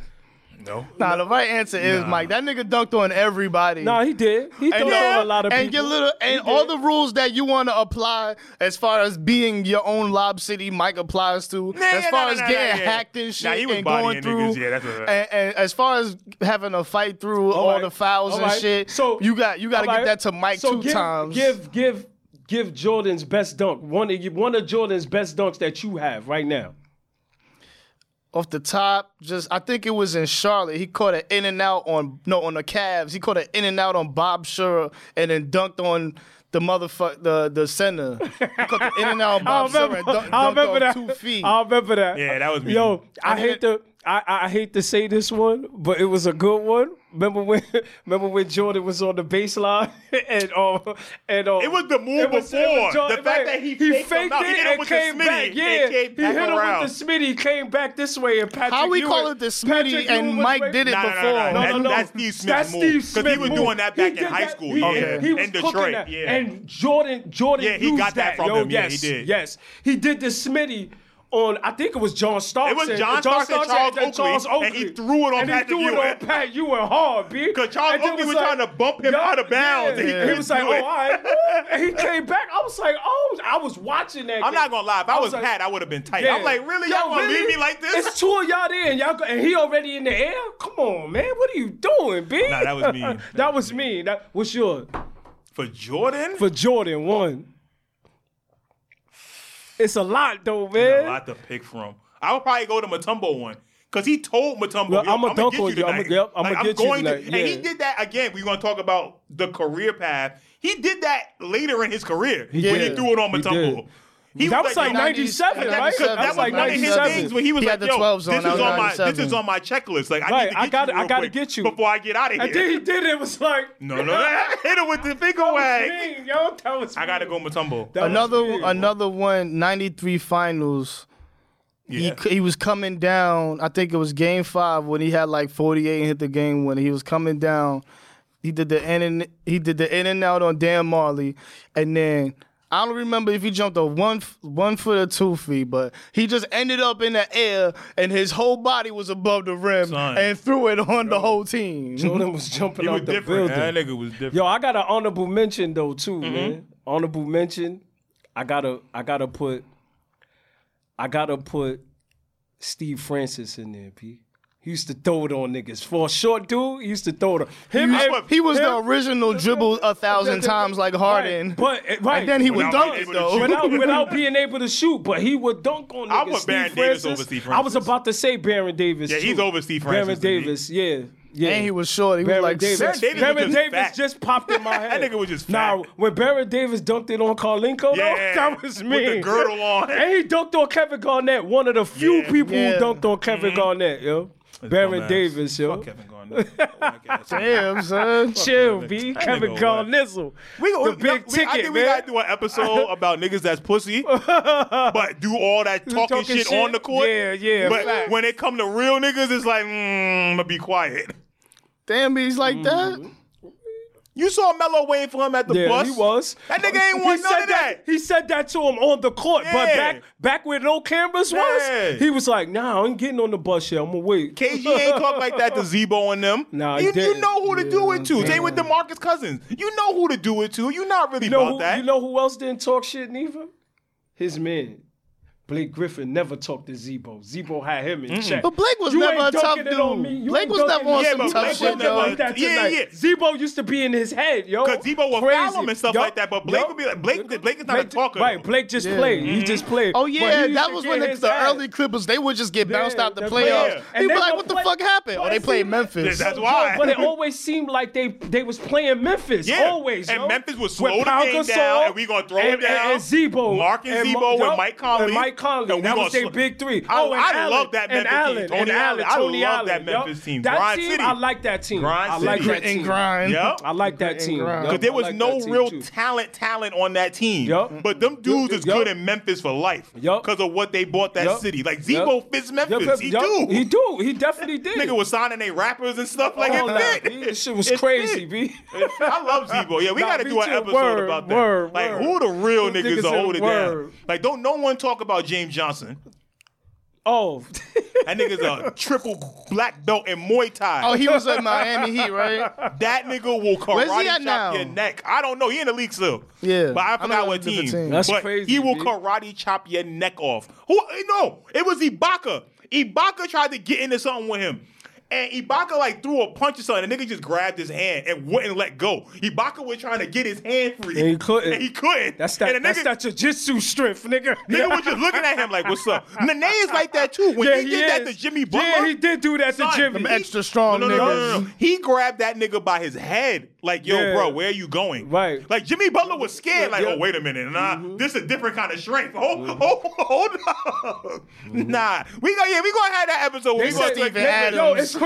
[SPEAKER 1] No.
[SPEAKER 2] Nah, the right answer is Mike. That nigga dunked on everybody.
[SPEAKER 3] Nah, he did. He threw
[SPEAKER 2] and,
[SPEAKER 3] yeah, a lot of
[SPEAKER 2] and
[SPEAKER 3] people.
[SPEAKER 2] your little and all the rules that you want to apply as far as being your own lob city, Mike applies to.
[SPEAKER 1] Nah,
[SPEAKER 2] as
[SPEAKER 1] yeah,
[SPEAKER 2] far
[SPEAKER 1] nah,
[SPEAKER 2] as
[SPEAKER 1] nah, nah,
[SPEAKER 2] getting
[SPEAKER 1] yeah.
[SPEAKER 2] hacked and shit
[SPEAKER 1] Nah, he was
[SPEAKER 2] and going
[SPEAKER 1] bodying
[SPEAKER 2] through,
[SPEAKER 1] niggas. Yeah, that's what-
[SPEAKER 2] and, and as far as having a fight through all,
[SPEAKER 3] right.
[SPEAKER 2] the fouls
[SPEAKER 3] All
[SPEAKER 2] and
[SPEAKER 3] right.
[SPEAKER 2] shit,
[SPEAKER 3] So-
[SPEAKER 2] you got you got to
[SPEAKER 3] All
[SPEAKER 2] give
[SPEAKER 3] right.
[SPEAKER 2] that to Mike
[SPEAKER 3] So
[SPEAKER 2] two
[SPEAKER 3] give,
[SPEAKER 2] times.
[SPEAKER 3] Give give give Jordan's best dunk. One of you- one of Jordan's best dunks that you have right now.
[SPEAKER 2] off the top, just I think it was in Charlotte. He caught an in and out on no on the Cavs. He caught an in and out on Bob Shurer and then dunked on the motherfucker the the center. He caught the in and out on Bob Shurer and dunk, dunked off two feet.
[SPEAKER 3] I remember that.
[SPEAKER 1] Yeah, that was me.
[SPEAKER 3] Yo, I hate to I, I hate to say this one, but it was a good one. Remember when remember when Jordan was on the baseline and uh, and uh,
[SPEAKER 1] It was the move before. The fact that he faked him out. He hit him with the
[SPEAKER 3] came
[SPEAKER 1] smitty
[SPEAKER 3] back.
[SPEAKER 1] and
[SPEAKER 3] Yeah,
[SPEAKER 1] came
[SPEAKER 3] he
[SPEAKER 1] back
[SPEAKER 3] hit him
[SPEAKER 1] around.
[SPEAKER 3] with the smitty, came back this way, and Patrick.
[SPEAKER 2] How we
[SPEAKER 3] Ewing-
[SPEAKER 2] call it the smitty
[SPEAKER 3] Patrick
[SPEAKER 2] and
[SPEAKER 3] Ewing was
[SPEAKER 2] Mike
[SPEAKER 3] right-
[SPEAKER 2] did it
[SPEAKER 1] No, no, no, no,
[SPEAKER 2] before.
[SPEAKER 1] no. That- that's Steve Smith's
[SPEAKER 3] That's
[SPEAKER 1] move. 'Cause
[SPEAKER 3] Steve
[SPEAKER 1] he
[SPEAKER 3] Smith's
[SPEAKER 1] was
[SPEAKER 3] move.
[SPEAKER 1] doing that
[SPEAKER 3] He
[SPEAKER 1] back in
[SPEAKER 3] did
[SPEAKER 1] high
[SPEAKER 3] that-
[SPEAKER 1] school,
[SPEAKER 3] he-
[SPEAKER 1] yeah,
[SPEAKER 3] he was
[SPEAKER 1] in
[SPEAKER 3] cooking
[SPEAKER 1] Detroit,
[SPEAKER 3] that.
[SPEAKER 1] yeah.
[SPEAKER 3] And Jordan, Jordan,
[SPEAKER 1] Yeah, he
[SPEAKER 3] used
[SPEAKER 1] got that from
[SPEAKER 3] Yo,
[SPEAKER 1] him, yeah, he
[SPEAKER 3] Yes,
[SPEAKER 1] did.
[SPEAKER 3] yes, he did the Smitty. On, I think it was John Starks.
[SPEAKER 1] It was
[SPEAKER 3] and-
[SPEAKER 1] John Starks and Charles
[SPEAKER 3] and Charles
[SPEAKER 1] Oakley, and he threw it on
[SPEAKER 3] and
[SPEAKER 1] Patrick
[SPEAKER 3] he threw
[SPEAKER 1] Ewing.
[SPEAKER 3] It on Pat Ewing hard, b.
[SPEAKER 1] 'Cause Charles
[SPEAKER 3] And then
[SPEAKER 1] Oakley
[SPEAKER 3] it
[SPEAKER 1] was trying to bump him
[SPEAKER 3] yeah,
[SPEAKER 1] out of bounds, and he
[SPEAKER 3] yeah.
[SPEAKER 1] couldn't
[SPEAKER 3] was like,
[SPEAKER 1] do
[SPEAKER 3] "Oh,
[SPEAKER 1] it."
[SPEAKER 3] all right," woo," and he came back. I was like, "Oh," I was watching that.
[SPEAKER 1] I'm
[SPEAKER 3] game.
[SPEAKER 1] not gonna lie. If I
[SPEAKER 3] I
[SPEAKER 1] was
[SPEAKER 3] was like-
[SPEAKER 1] Pat, I would have been tight.
[SPEAKER 3] Yeah.
[SPEAKER 1] I'm like, really?
[SPEAKER 3] Yo,
[SPEAKER 1] Y'all gonna
[SPEAKER 3] really?
[SPEAKER 1] leave me like this?
[SPEAKER 3] It's two of y'all there, and y'all go, and he already in the air. Come on, man. What are you doing, B?
[SPEAKER 1] Nah, that was mean.
[SPEAKER 3] that,
[SPEAKER 1] That
[SPEAKER 3] was mean. That what's your
[SPEAKER 1] For Jordan,
[SPEAKER 3] for Jordan one? It's a lot though,
[SPEAKER 1] a
[SPEAKER 3] man.
[SPEAKER 1] lot to pick from. I would probably go to Matumbo one. Cause he told Matumbo,
[SPEAKER 3] Well,
[SPEAKER 1] "Yo,
[SPEAKER 3] I'ma
[SPEAKER 1] I'ma
[SPEAKER 3] dunk
[SPEAKER 1] get
[SPEAKER 3] on you. I'ma-
[SPEAKER 1] tonight."
[SPEAKER 3] yep, I'ma
[SPEAKER 1] Like, I'm
[SPEAKER 3] get you
[SPEAKER 1] going
[SPEAKER 3] tonight.
[SPEAKER 1] to, and he
[SPEAKER 3] Yeah.
[SPEAKER 1] did that again. We're gonna talk about the career path. He did that later in his career when he
[SPEAKER 2] did.
[SPEAKER 1] threw it on
[SPEAKER 3] He
[SPEAKER 1] Matumbo.
[SPEAKER 3] did.
[SPEAKER 1] He
[SPEAKER 3] That was like
[SPEAKER 1] yo,
[SPEAKER 3] 97,
[SPEAKER 1] That,
[SPEAKER 3] right?
[SPEAKER 1] because that,
[SPEAKER 3] That
[SPEAKER 1] was
[SPEAKER 3] was like
[SPEAKER 1] one of his
[SPEAKER 3] 97.
[SPEAKER 1] things when he was
[SPEAKER 2] He
[SPEAKER 1] like,
[SPEAKER 2] had the
[SPEAKER 1] "Yo,
[SPEAKER 2] 12s on,
[SPEAKER 1] this
[SPEAKER 2] that
[SPEAKER 1] is
[SPEAKER 2] was
[SPEAKER 1] on my
[SPEAKER 2] 97.
[SPEAKER 1] this is on my checklist. Like, I
[SPEAKER 3] Right,
[SPEAKER 1] need to get
[SPEAKER 3] I gotta-
[SPEAKER 1] you real
[SPEAKER 3] I gotta
[SPEAKER 1] quick
[SPEAKER 3] get you.
[SPEAKER 1] before I get out of here."
[SPEAKER 3] And then he did it. It was like
[SPEAKER 1] no, no, hit him with the finger
[SPEAKER 3] that was
[SPEAKER 1] wag.
[SPEAKER 3] mean, yo. That was
[SPEAKER 1] I gotta go Matumbo.
[SPEAKER 3] That was
[SPEAKER 2] another
[SPEAKER 3] mean.
[SPEAKER 2] another one, 93 finals.
[SPEAKER 1] Yeah.
[SPEAKER 2] He, he was coming down. I think it was game five when he had like 48 and hit the game winner. He was coming down. He did the in and he did the in and out on Dan Marley, and then I don't remember if he jumped a one f- one foot or two feet, but he just ended up in the air and his whole body was above the rim
[SPEAKER 1] Son.
[SPEAKER 2] and threw it on the whole team.
[SPEAKER 3] Jordan was jumping
[SPEAKER 1] He was
[SPEAKER 3] out the
[SPEAKER 1] different.
[SPEAKER 3] building.
[SPEAKER 1] That nigga was different.
[SPEAKER 3] Yo, I got an honorable mention though too,
[SPEAKER 1] Mm-hmm.
[SPEAKER 3] man. Honorable mention. I gotta I gotta put I gotta put Steve Francis in there, P. He used to throw it on niggas. For a short dude, he used to throw it on. Him
[SPEAKER 2] He
[SPEAKER 3] and-
[SPEAKER 2] was, he was the
[SPEAKER 3] him-
[SPEAKER 2] original dribble a thousand times like Harden,
[SPEAKER 3] Right, but eh, right.
[SPEAKER 2] and then he would
[SPEAKER 1] Without
[SPEAKER 2] dunk
[SPEAKER 1] being
[SPEAKER 2] it
[SPEAKER 1] able to
[SPEAKER 2] though.
[SPEAKER 1] shoot.
[SPEAKER 3] without without being able to shoot, but he would dunk on niggas.
[SPEAKER 1] I put Baron
[SPEAKER 3] Steve
[SPEAKER 1] Davis
[SPEAKER 3] Francis.
[SPEAKER 1] over Steve
[SPEAKER 3] I was
[SPEAKER 1] Francis.
[SPEAKER 3] about to say Baron Davis.
[SPEAKER 1] Yeah, he's
[SPEAKER 3] too.
[SPEAKER 1] over Steve
[SPEAKER 3] Baron
[SPEAKER 1] Francis to me.
[SPEAKER 3] Davis, yeah. Yeah.
[SPEAKER 2] And he was short. He was
[SPEAKER 3] Baron
[SPEAKER 2] like
[SPEAKER 3] Davis.
[SPEAKER 2] six.
[SPEAKER 1] Baron Davis
[SPEAKER 3] Baron
[SPEAKER 1] was
[SPEAKER 3] Davis,
[SPEAKER 1] just fat.
[SPEAKER 3] just popped in my
[SPEAKER 1] That
[SPEAKER 3] head.
[SPEAKER 1] nigga was just
[SPEAKER 3] Now,
[SPEAKER 1] fat.
[SPEAKER 3] when Baron Davis dunked it on Carlinko,
[SPEAKER 1] Yeah,
[SPEAKER 3] though, that was
[SPEAKER 1] with
[SPEAKER 3] me.
[SPEAKER 1] the girdle on.
[SPEAKER 3] And he dunked on Kevin Garnett, one of the few
[SPEAKER 1] Yeah. Mm-hmm.
[SPEAKER 3] people
[SPEAKER 2] Yeah.
[SPEAKER 3] who dunked on Kevin Garnett, yo. Baron
[SPEAKER 1] Dumbass.
[SPEAKER 3] Davis, yo.
[SPEAKER 1] Fuck Kevin Garnett.
[SPEAKER 2] Damn, son.
[SPEAKER 3] Chill,
[SPEAKER 1] that
[SPEAKER 3] B.
[SPEAKER 1] nigga. That
[SPEAKER 3] Kevin
[SPEAKER 1] nigga
[SPEAKER 3] Garnizzle.
[SPEAKER 1] We, go-
[SPEAKER 3] The
[SPEAKER 1] we-
[SPEAKER 3] big
[SPEAKER 1] I think
[SPEAKER 3] ticket,
[SPEAKER 1] we
[SPEAKER 3] man.
[SPEAKER 1] gotta do an episode about niggas that's pussy, but do all that talking,
[SPEAKER 3] Talking
[SPEAKER 1] shit,
[SPEAKER 3] shit?
[SPEAKER 1] on the court.
[SPEAKER 3] Yeah, yeah,
[SPEAKER 1] But
[SPEAKER 3] facts.
[SPEAKER 1] when it come to real niggas, it's like, mm, I'm gonna be quiet.
[SPEAKER 2] Damn, he's like
[SPEAKER 3] Mm-hmm.
[SPEAKER 2] that.
[SPEAKER 1] You saw Melo waiting for him at the
[SPEAKER 3] Yeah,
[SPEAKER 1] bus.
[SPEAKER 3] he was.
[SPEAKER 1] That nigga ain't want
[SPEAKER 3] he
[SPEAKER 1] none
[SPEAKER 3] said
[SPEAKER 1] of that.
[SPEAKER 3] He said that to him on the court, but
[SPEAKER 1] Yeah.
[SPEAKER 3] back back where no cameras
[SPEAKER 1] Yeah.
[SPEAKER 3] was, he was like, "Nah, I ain't getting on the bus yet. I'm gonna wait."
[SPEAKER 1] KG ain't talk like that to Zebo and them.
[SPEAKER 3] Nah, he
[SPEAKER 1] you, you
[SPEAKER 3] didn't.
[SPEAKER 1] know who to do it to. They
[SPEAKER 3] Yeah.
[SPEAKER 1] with DeMarcus Cousins. You know who to do it to. You not really
[SPEAKER 3] You know,
[SPEAKER 1] about
[SPEAKER 3] who,
[SPEAKER 1] that.
[SPEAKER 3] you know who else didn't talk shit neither? His man. Blake Griffin never talked to Zebo. Zebo had him in check.
[SPEAKER 2] But Blake was
[SPEAKER 3] You
[SPEAKER 2] never
[SPEAKER 3] ain't
[SPEAKER 2] a tough
[SPEAKER 3] dunking it on
[SPEAKER 2] dude.
[SPEAKER 3] me. You
[SPEAKER 2] Blake
[SPEAKER 3] ain't
[SPEAKER 2] was
[SPEAKER 3] dunking
[SPEAKER 2] never on
[SPEAKER 3] it
[SPEAKER 1] some
[SPEAKER 3] on me.
[SPEAKER 1] tough
[SPEAKER 3] Blake
[SPEAKER 1] shit,
[SPEAKER 3] was never
[SPEAKER 1] though.
[SPEAKER 3] like that
[SPEAKER 1] Yeah,
[SPEAKER 3] tonight.
[SPEAKER 1] yeah.
[SPEAKER 3] Zebo used to be in his head, yo.
[SPEAKER 1] Because Debo will
[SPEAKER 3] Crazy.
[SPEAKER 1] foul him and stuff
[SPEAKER 3] Yo.
[SPEAKER 1] like that. But Blake
[SPEAKER 3] Yo.
[SPEAKER 1] would be like, Blake, Blake is not a
[SPEAKER 3] Blake-
[SPEAKER 1] talker. Mm-hmm.
[SPEAKER 3] Right, Blake just played. He just played.
[SPEAKER 2] Oh
[SPEAKER 3] But he
[SPEAKER 2] yeah,
[SPEAKER 3] used
[SPEAKER 2] that
[SPEAKER 3] to
[SPEAKER 2] was
[SPEAKER 3] get
[SPEAKER 2] when the,
[SPEAKER 3] his
[SPEAKER 2] the
[SPEAKER 3] ass.
[SPEAKER 2] early Clippers they would just get bounced
[SPEAKER 3] Yeah,
[SPEAKER 2] out the
[SPEAKER 3] the
[SPEAKER 2] playoffs.
[SPEAKER 3] playoffs.
[SPEAKER 2] People
[SPEAKER 3] And
[SPEAKER 2] be
[SPEAKER 3] they
[SPEAKER 2] like,
[SPEAKER 3] go
[SPEAKER 2] what the
[SPEAKER 3] play-
[SPEAKER 2] fuck happened? Oh,
[SPEAKER 3] Well,
[SPEAKER 2] they
[SPEAKER 3] see,
[SPEAKER 2] played
[SPEAKER 3] that-
[SPEAKER 2] Memphis.
[SPEAKER 1] That's
[SPEAKER 3] Yo, but
[SPEAKER 1] why.
[SPEAKER 3] it always seemed like they they was playing Memphis.
[SPEAKER 1] Yeah,
[SPEAKER 3] Always.
[SPEAKER 1] and
[SPEAKER 3] yo.
[SPEAKER 1] Memphis would
[SPEAKER 3] With
[SPEAKER 1] slow the
[SPEAKER 3] Pau
[SPEAKER 1] game
[SPEAKER 3] Gasol
[SPEAKER 1] down, and we gonna throw
[SPEAKER 3] and,
[SPEAKER 1] it down.
[SPEAKER 3] And, and Zebo.
[SPEAKER 1] Mark and
[SPEAKER 3] Mo-
[SPEAKER 1] Zebo and
[SPEAKER 3] yup,
[SPEAKER 1] Mike Conley.
[SPEAKER 3] And Mike Conley.
[SPEAKER 1] And we
[SPEAKER 3] that
[SPEAKER 1] gonna
[SPEAKER 3] was their
[SPEAKER 1] slow-
[SPEAKER 3] big three.
[SPEAKER 1] I-
[SPEAKER 3] oh, and
[SPEAKER 1] I
[SPEAKER 3] Allen,
[SPEAKER 1] love that
[SPEAKER 3] and
[SPEAKER 1] Memphis team.
[SPEAKER 3] Allen,
[SPEAKER 1] Tony
[SPEAKER 3] and
[SPEAKER 1] Allen.
[SPEAKER 3] Allen.
[SPEAKER 1] I
[SPEAKER 3] Tony
[SPEAKER 1] love that
[SPEAKER 3] Allen, yup.
[SPEAKER 1] Memphis team.
[SPEAKER 3] That
[SPEAKER 1] Grind
[SPEAKER 3] team,
[SPEAKER 1] City.
[SPEAKER 3] I like that team.
[SPEAKER 1] Grind
[SPEAKER 3] I like
[SPEAKER 1] City.
[SPEAKER 3] that team.
[SPEAKER 2] and grind.
[SPEAKER 1] Yep.
[SPEAKER 3] I like that team.
[SPEAKER 2] grind.
[SPEAKER 3] yup.
[SPEAKER 1] Because there
[SPEAKER 3] I
[SPEAKER 1] was
[SPEAKER 3] like
[SPEAKER 1] no
[SPEAKER 3] that team,
[SPEAKER 1] real
[SPEAKER 3] too.
[SPEAKER 1] talent talent on that team.
[SPEAKER 3] Yup.
[SPEAKER 1] But them dudes is
[SPEAKER 3] Yup.
[SPEAKER 1] good in Memphis for life.
[SPEAKER 3] Yup.
[SPEAKER 1] Because of what they bought that
[SPEAKER 3] Yup.
[SPEAKER 1] city. Like
[SPEAKER 3] Yup.
[SPEAKER 1] Zebo fits Memphis.
[SPEAKER 3] Yup,
[SPEAKER 1] he
[SPEAKER 3] yup,
[SPEAKER 1] do.
[SPEAKER 3] He do. He definitely did.
[SPEAKER 1] Nigga was signing they rappers and stuff like
[SPEAKER 3] Oh, nah,
[SPEAKER 1] it
[SPEAKER 3] B,
[SPEAKER 1] fit.
[SPEAKER 3] This shit was
[SPEAKER 1] It
[SPEAKER 3] crazy,
[SPEAKER 1] fit.
[SPEAKER 3] B.
[SPEAKER 1] I love Zebo. Yeah, we
[SPEAKER 3] Nah,
[SPEAKER 1] gotta
[SPEAKER 3] me
[SPEAKER 1] do an
[SPEAKER 3] too.
[SPEAKER 1] episode
[SPEAKER 3] Word,
[SPEAKER 1] about that.
[SPEAKER 3] word,
[SPEAKER 1] like
[SPEAKER 3] word.
[SPEAKER 1] who the real
[SPEAKER 3] Them
[SPEAKER 1] niggas
[SPEAKER 3] niggas
[SPEAKER 1] are
[SPEAKER 3] said
[SPEAKER 1] holding down.
[SPEAKER 3] word.
[SPEAKER 1] Like don't no one talk about James Johnson.
[SPEAKER 3] Oh.
[SPEAKER 1] That nigga's a triple black belt in Muay Thai.
[SPEAKER 2] Oh, he was at Miami Heat, right?
[SPEAKER 1] That nigga will
[SPEAKER 2] Where's
[SPEAKER 1] karate
[SPEAKER 2] he at
[SPEAKER 1] chop
[SPEAKER 2] now?
[SPEAKER 1] your neck. I don't know. He in the league still.
[SPEAKER 2] Yeah.
[SPEAKER 1] But I
[SPEAKER 2] I
[SPEAKER 1] forgot
[SPEAKER 2] know
[SPEAKER 1] what
[SPEAKER 2] he's with
[SPEAKER 1] team.
[SPEAKER 2] the team.
[SPEAKER 3] That's
[SPEAKER 1] but
[SPEAKER 3] crazy,
[SPEAKER 1] He will
[SPEAKER 3] B.
[SPEAKER 1] karate chop your neck off. Who? No, it was Ibaka. Ibaka tried to get into something with him. And Ibaka like threw a punch or something. The nigga just grabbed his hand and wouldn't let go. Ibaka was trying to get his hand free.
[SPEAKER 3] And he couldn't.
[SPEAKER 1] And he couldn't.
[SPEAKER 3] That's that.
[SPEAKER 1] And the
[SPEAKER 3] that's
[SPEAKER 1] nigga,
[SPEAKER 3] that jujitsu strength, nigga.
[SPEAKER 1] nigga was just looking at him like, "What's up?" Nene is like that too. When he, did that to
[SPEAKER 3] is.
[SPEAKER 1] Jimmy Butler,
[SPEAKER 3] Yeah, he did do that to
[SPEAKER 1] Son,
[SPEAKER 3] Jimmy.
[SPEAKER 1] them
[SPEAKER 2] extra strong
[SPEAKER 1] no, no, no, no,
[SPEAKER 2] niggas.
[SPEAKER 1] no, no. He grabbed that nigga by his head, like, yo,
[SPEAKER 3] Yeah.
[SPEAKER 1] bro, where are you going?
[SPEAKER 3] Right.
[SPEAKER 1] Like Jimmy Butler was scared, like,
[SPEAKER 3] Yeah. Mm-hmm.
[SPEAKER 1] oh, wait a minute, nah, this is a different kind of strength. Hold, hold, hold up. Nah, we go, yeah, we gonna have that episode. where we gonna
[SPEAKER 3] Mm-hmm. They said,
[SPEAKER 1] like,
[SPEAKER 2] Steven
[SPEAKER 1] nigga,
[SPEAKER 2] Adams.
[SPEAKER 3] yo, it's crazy.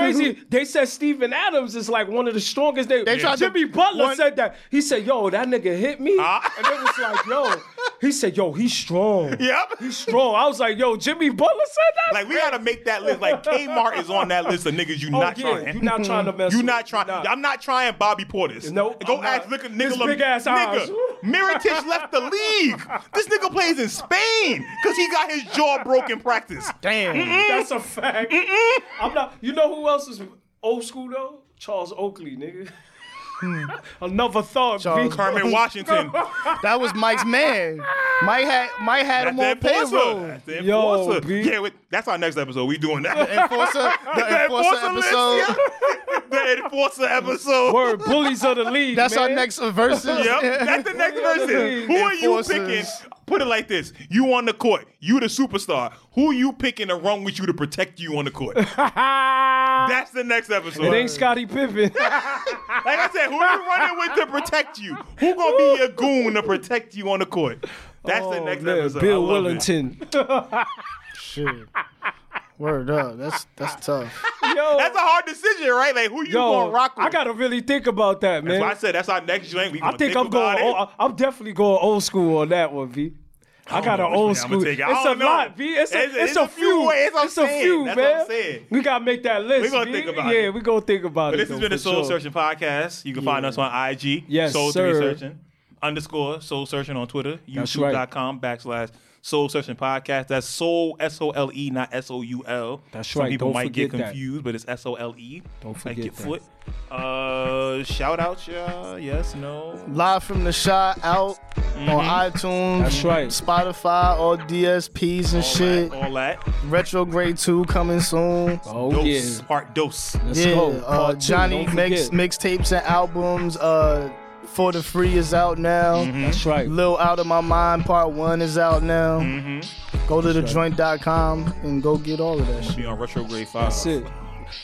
[SPEAKER 3] They said Steven Adams is like one of the strongest. They,
[SPEAKER 2] They tried to-
[SPEAKER 3] Jimmy Butler
[SPEAKER 2] one-
[SPEAKER 3] said that. He said, "Yo, that nigga hit me,"
[SPEAKER 1] Ah.
[SPEAKER 3] and it was like, "Yo," he said, "Yo, he's strong.
[SPEAKER 1] Yep.
[SPEAKER 3] he's strong." I was like, "Yo, Jimmy Butler said that."
[SPEAKER 1] Like we gotta make that list. Like Kmart is on that list of niggas you
[SPEAKER 3] oh,
[SPEAKER 1] not
[SPEAKER 3] yeah,
[SPEAKER 1] trying.
[SPEAKER 3] you not trying to mess.
[SPEAKER 1] You
[SPEAKER 3] with
[SPEAKER 1] not
[SPEAKER 3] me.
[SPEAKER 1] trying.
[SPEAKER 3] Nah.
[SPEAKER 1] I'm not trying Bobby Portis.
[SPEAKER 3] No,
[SPEAKER 1] go
[SPEAKER 3] I'm
[SPEAKER 1] ask
[SPEAKER 3] not.
[SPEAKER 1] nigga,
[SPEAKER 3] His
[SPEAKER 1] nigga,
[SPEAKER 3] big ass eyes.
[SPEAKER 1] nigga. Miritich left the league. This nigga plays in Spain because he got his jaw broken practice.
[SPEAKER 2] Damn.
[SPEAKER 3] That's a fact. I'm not. You know who else is old school though? Charles Oakley, nigga.
[SPEAKER 1] Hmm.
[SPEAKER 3] Another thought.
[SPEAKER 2] Charles
[SPEAKER 3] B.
[SPEAKER 1] Kermit Washington.
[SPEAKER 2] That was Mike's man. Mike had Mike had
[SPEAKER 1] That's
[SPEAKER 2] him
[SPEAKER 1] the
[SPEAKER 2] on
[SPEAKER 1] enforcer.
[SPEAKER 2] payroll.
[SPEAKER 1] That's the
[SPEAKER 3] Yo,
[SPEAKER 1] enforcer.
[SPEAKER 3] B.
[SPEAKER 1] yeah, wait, that's our next episode. We doing that.
[SPEAKER 2] Enforcer, the enforcer
[SPEAKER 1] Enforcer list,
[SPEAKER 2] episode.
[SPEAKER 1] yeah. the enforcer episode.
[SPEAKER 3] Word, bullies of the league.
[SPEAKER 2] That's our
[SPEAKER 3] man.
[SPEAKER 2] next versus.
[SPEAKER 1] Yep, that's the next person. Who are you picking?
[SPEAKER 2] Enforcers.
[SPEAKER 1] Put it like this: You on the court, you the superstar. Who you picking to run with you to protect you on the court? That's the next episode.
[SPEAKER 3] It ain't Scottie Pippen.
[SPEAKER 1] Like I said, who you running with to protect you? Who gonna be your goon to protect you on the court? That's the
[SPEAKER 3] Oh,
[SPEAKER 1] next
[SPEAKER 3] man,
[SPEAKER 1] episode.
[SPEAKER 3] Bill
[SPEAKER 1] I love it.
[SPEAKER 3] Willington.
[SPEAKER 2] Shit. Word up. That's that's tough.
[SPEAKER 3] Yo,
[SPEAKER 1] That's a hard decision, right? Like who you
[SPEAKER 3] yo,
[SPEAKER 1] gonna rock with?
[SPEAKER 3] I gotta really think about that, man.
[SPEAKER 1] That's why I said that's our next joint. We
[SPEAKER 3] I
[SPEAKER 1] gonna
[SPEAKER 3] think I'm
[SPEAKER 1] about
[SPEAKER 3] going.
[SPEAKER 1] it.
[SPEAKER 3] Old, I'm definitely going old school on that one, V. I
[SPEAKER 1] don't
[SPEAKER 3] got
[SPEAKER 1] know
[SPEAKER 3] an
[SPEAKER 1] which
[SPEAKER 3] old
[SPEAKER 1] way I'ma
[SPEAKER 3] school.
[SPEAKER 1] take
[SPEAKER 3] It's
[SPEAKER 1] it. I
[SPEAKER 3] a
[SPEAKER 1] don't know.
[SPEAKER 3] lot, V. It's a,
[SPEAKER 1] It's-
[SPEAKER 3] it's,
[SPEAKER 1] it's
[SPEAKER 3] a
[SPEAKER 1] a few
[SPEAKER 3] few.
[SPEAKER 1] ways, I'm
[SPEAKER 3] It's a
[SPEAKER 1] saying.
[SPEAKER 3] few,
[SPEAKER 1] That's what I'm
[SPEAKER 3] man.
[SPEAKER 1] saying.
[SPEAKER 3] We gotta make that list.
[SPEAKER 1] We gonna
[SPEAKER 3] V.
[SPEAKER 1] think about
[SPEAKER 3] yeah,
[SPEAKER 1] it.
[SPEAKER 3] we gonna think about
[SPEAKER 1] But
[SPEAKER 3] it.
[SPEAKER 1] this has
[SPEAKER 3] though,
[SPEAKER 1] been the
[SPEAKER 3] for
[SPEAKER 1] Soul
[SPEAKER 3] sure.
[SPEAKER 1] Searching podcast. You can find us on IG.
[SPEAKER 3] Yes,
[SPEAKER 1] Soul
[SPEAKER 3] sir.
[SPEAKER 1] Searching underscore Soul Searching on Twitter.
[SPEAKER 3] That's right.
[SPEAKER 1] YouTube.com backslash Soul Searching podcast. That's Soul S O L E, not S O U L.
[SPEAKER 3] That's
[SPEAKER 1] Some
[SPEAKER 3] right.
[SPEAKER 1] people
[SPEAKER 3] Don't
[SPEAKER 1] might get
[SPEAKER 3] forget that.
[SPEAKER 1] confused, but it's S O L E.
[SPEAKER 3] Don't
[SPEAKER 1] like
[SPEAKER 3] forget
[SPEAKER 1] your
[SPEAKER 3] that.
[SPEAKER 1] foot. Uh, shout out, y'all. Yes, no.
[SPEAKER 2] Live from the shot out on iTunes.
[SPEAKER 3] Mm-hmm. That's right.
[SPEAKER 2] Spotify, all DSPs
[SPEAKER 1] All
[SPEAKER 2] and shit.
[SPEAKER 1] that. All that.
[SPEAKER 2] Retrograde 2 coming soon.
[SPEAKER 3] Oh
[SPEAKER 1] Dose.
[SPEAKER 3] yeah.
[SPEAKER 1] Part dose.
[SPEAKER 3] Let's
[SPEAKER 2] yeah.
[SPEAKER 3] go.
[SPEAKER 2] Uh,
[SPEAKER 3] Part two,
[SPEAKER 2] Johnny
[SPEAKER 3] don't
[SPEAKER 2] makes
[SPEAKER 3] forget.
[SPEAKER 2] mixtapes and albums. Uh, For the Free is out now.
[SPEAKER 3] That's right.
[SPEAKER 2] Lil Out of My Mind Part 1 is out now.
[SPEAKER 3] Mm-hmm.
[SPEAKER 2] Go to thejoint.com and go get all of that shit.
[SPEAKER 1] Be on retrograde five.
[SPEAKER 3] That's it.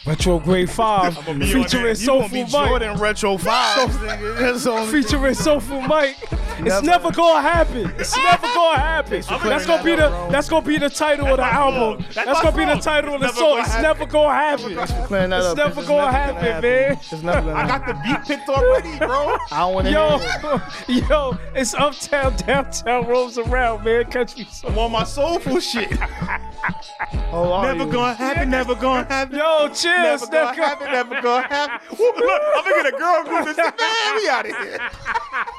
[SPEAKER 3] Retrograde 5
[SPEAKER 1] I'ma be on that.
[SPEAKER 3] featuring
[SPEAKER 1] You
[SPEAKER 3] Soulful Mike.
[SPEAKER 2] Retro 5. That's all.
[SPEAKER 3] Featuring Soulful Mike. It's never gonna happen. It's never gonna happen. That's gonna be the that's gonna be the title of the
[SPEAKER 1] my song.
[SPEAKER 3] album.
[SPEAKER 1] That's
[SPEAKER 3] That's
[SPEAKER 1] my
[SPEAKER 3] gonna be
[SPEAKER 1] song.
[SPEAKER 3] the title of the
[SPEAKER 1] It's never
[SPEAKER 3] song.
[SPEAKER 1] gonna
[SPEAKER 3] It's
[SPEAKER 1] happen.
[SPEAKER 3] never gonna happen.
[SPEAKER 2] Playing that
[SPEAKER 3] It's
[SPEAKER 2] up.
[SPEAKER 3] never
[SPEAKER 2] just
[SPEAKER 3] gonna
[SPEAKER 2] gonna
[SPEAKER 3] happen, man.
[SPEAKER 2] It's never gonna
[SPEAKER 1] I
[SPEAKER 2] happen.
[SPEAKER 1] got the beat picked already, bro.
[SPEAKER 2] I don't want to
[SPEAKER 3] Yo,
[SPEAKER 2] hear it.
[SPEAKER 3] yo, it's uptown, downtown, rolls around, man. Catch me some.
[SPEAKER 1] I'm on my soulful shit.
[SPEAKER 2] Oh, are
[SPEAKER 1] Never
[SPEAKER 2] you?
[SPEAKER 1] gonna happen. Never gonna happen.
[SPEAKER 3] Yo,
[SPEAKER 1] Never
[SPEAKER 3] cheers,
[SPEAKER 1] gonna
[SPEAKER 3] nigga.
[SPEAKER 1] happen, never gonna happen. Whoop, look, I'm gonna get a girl group and say, man, we out of here.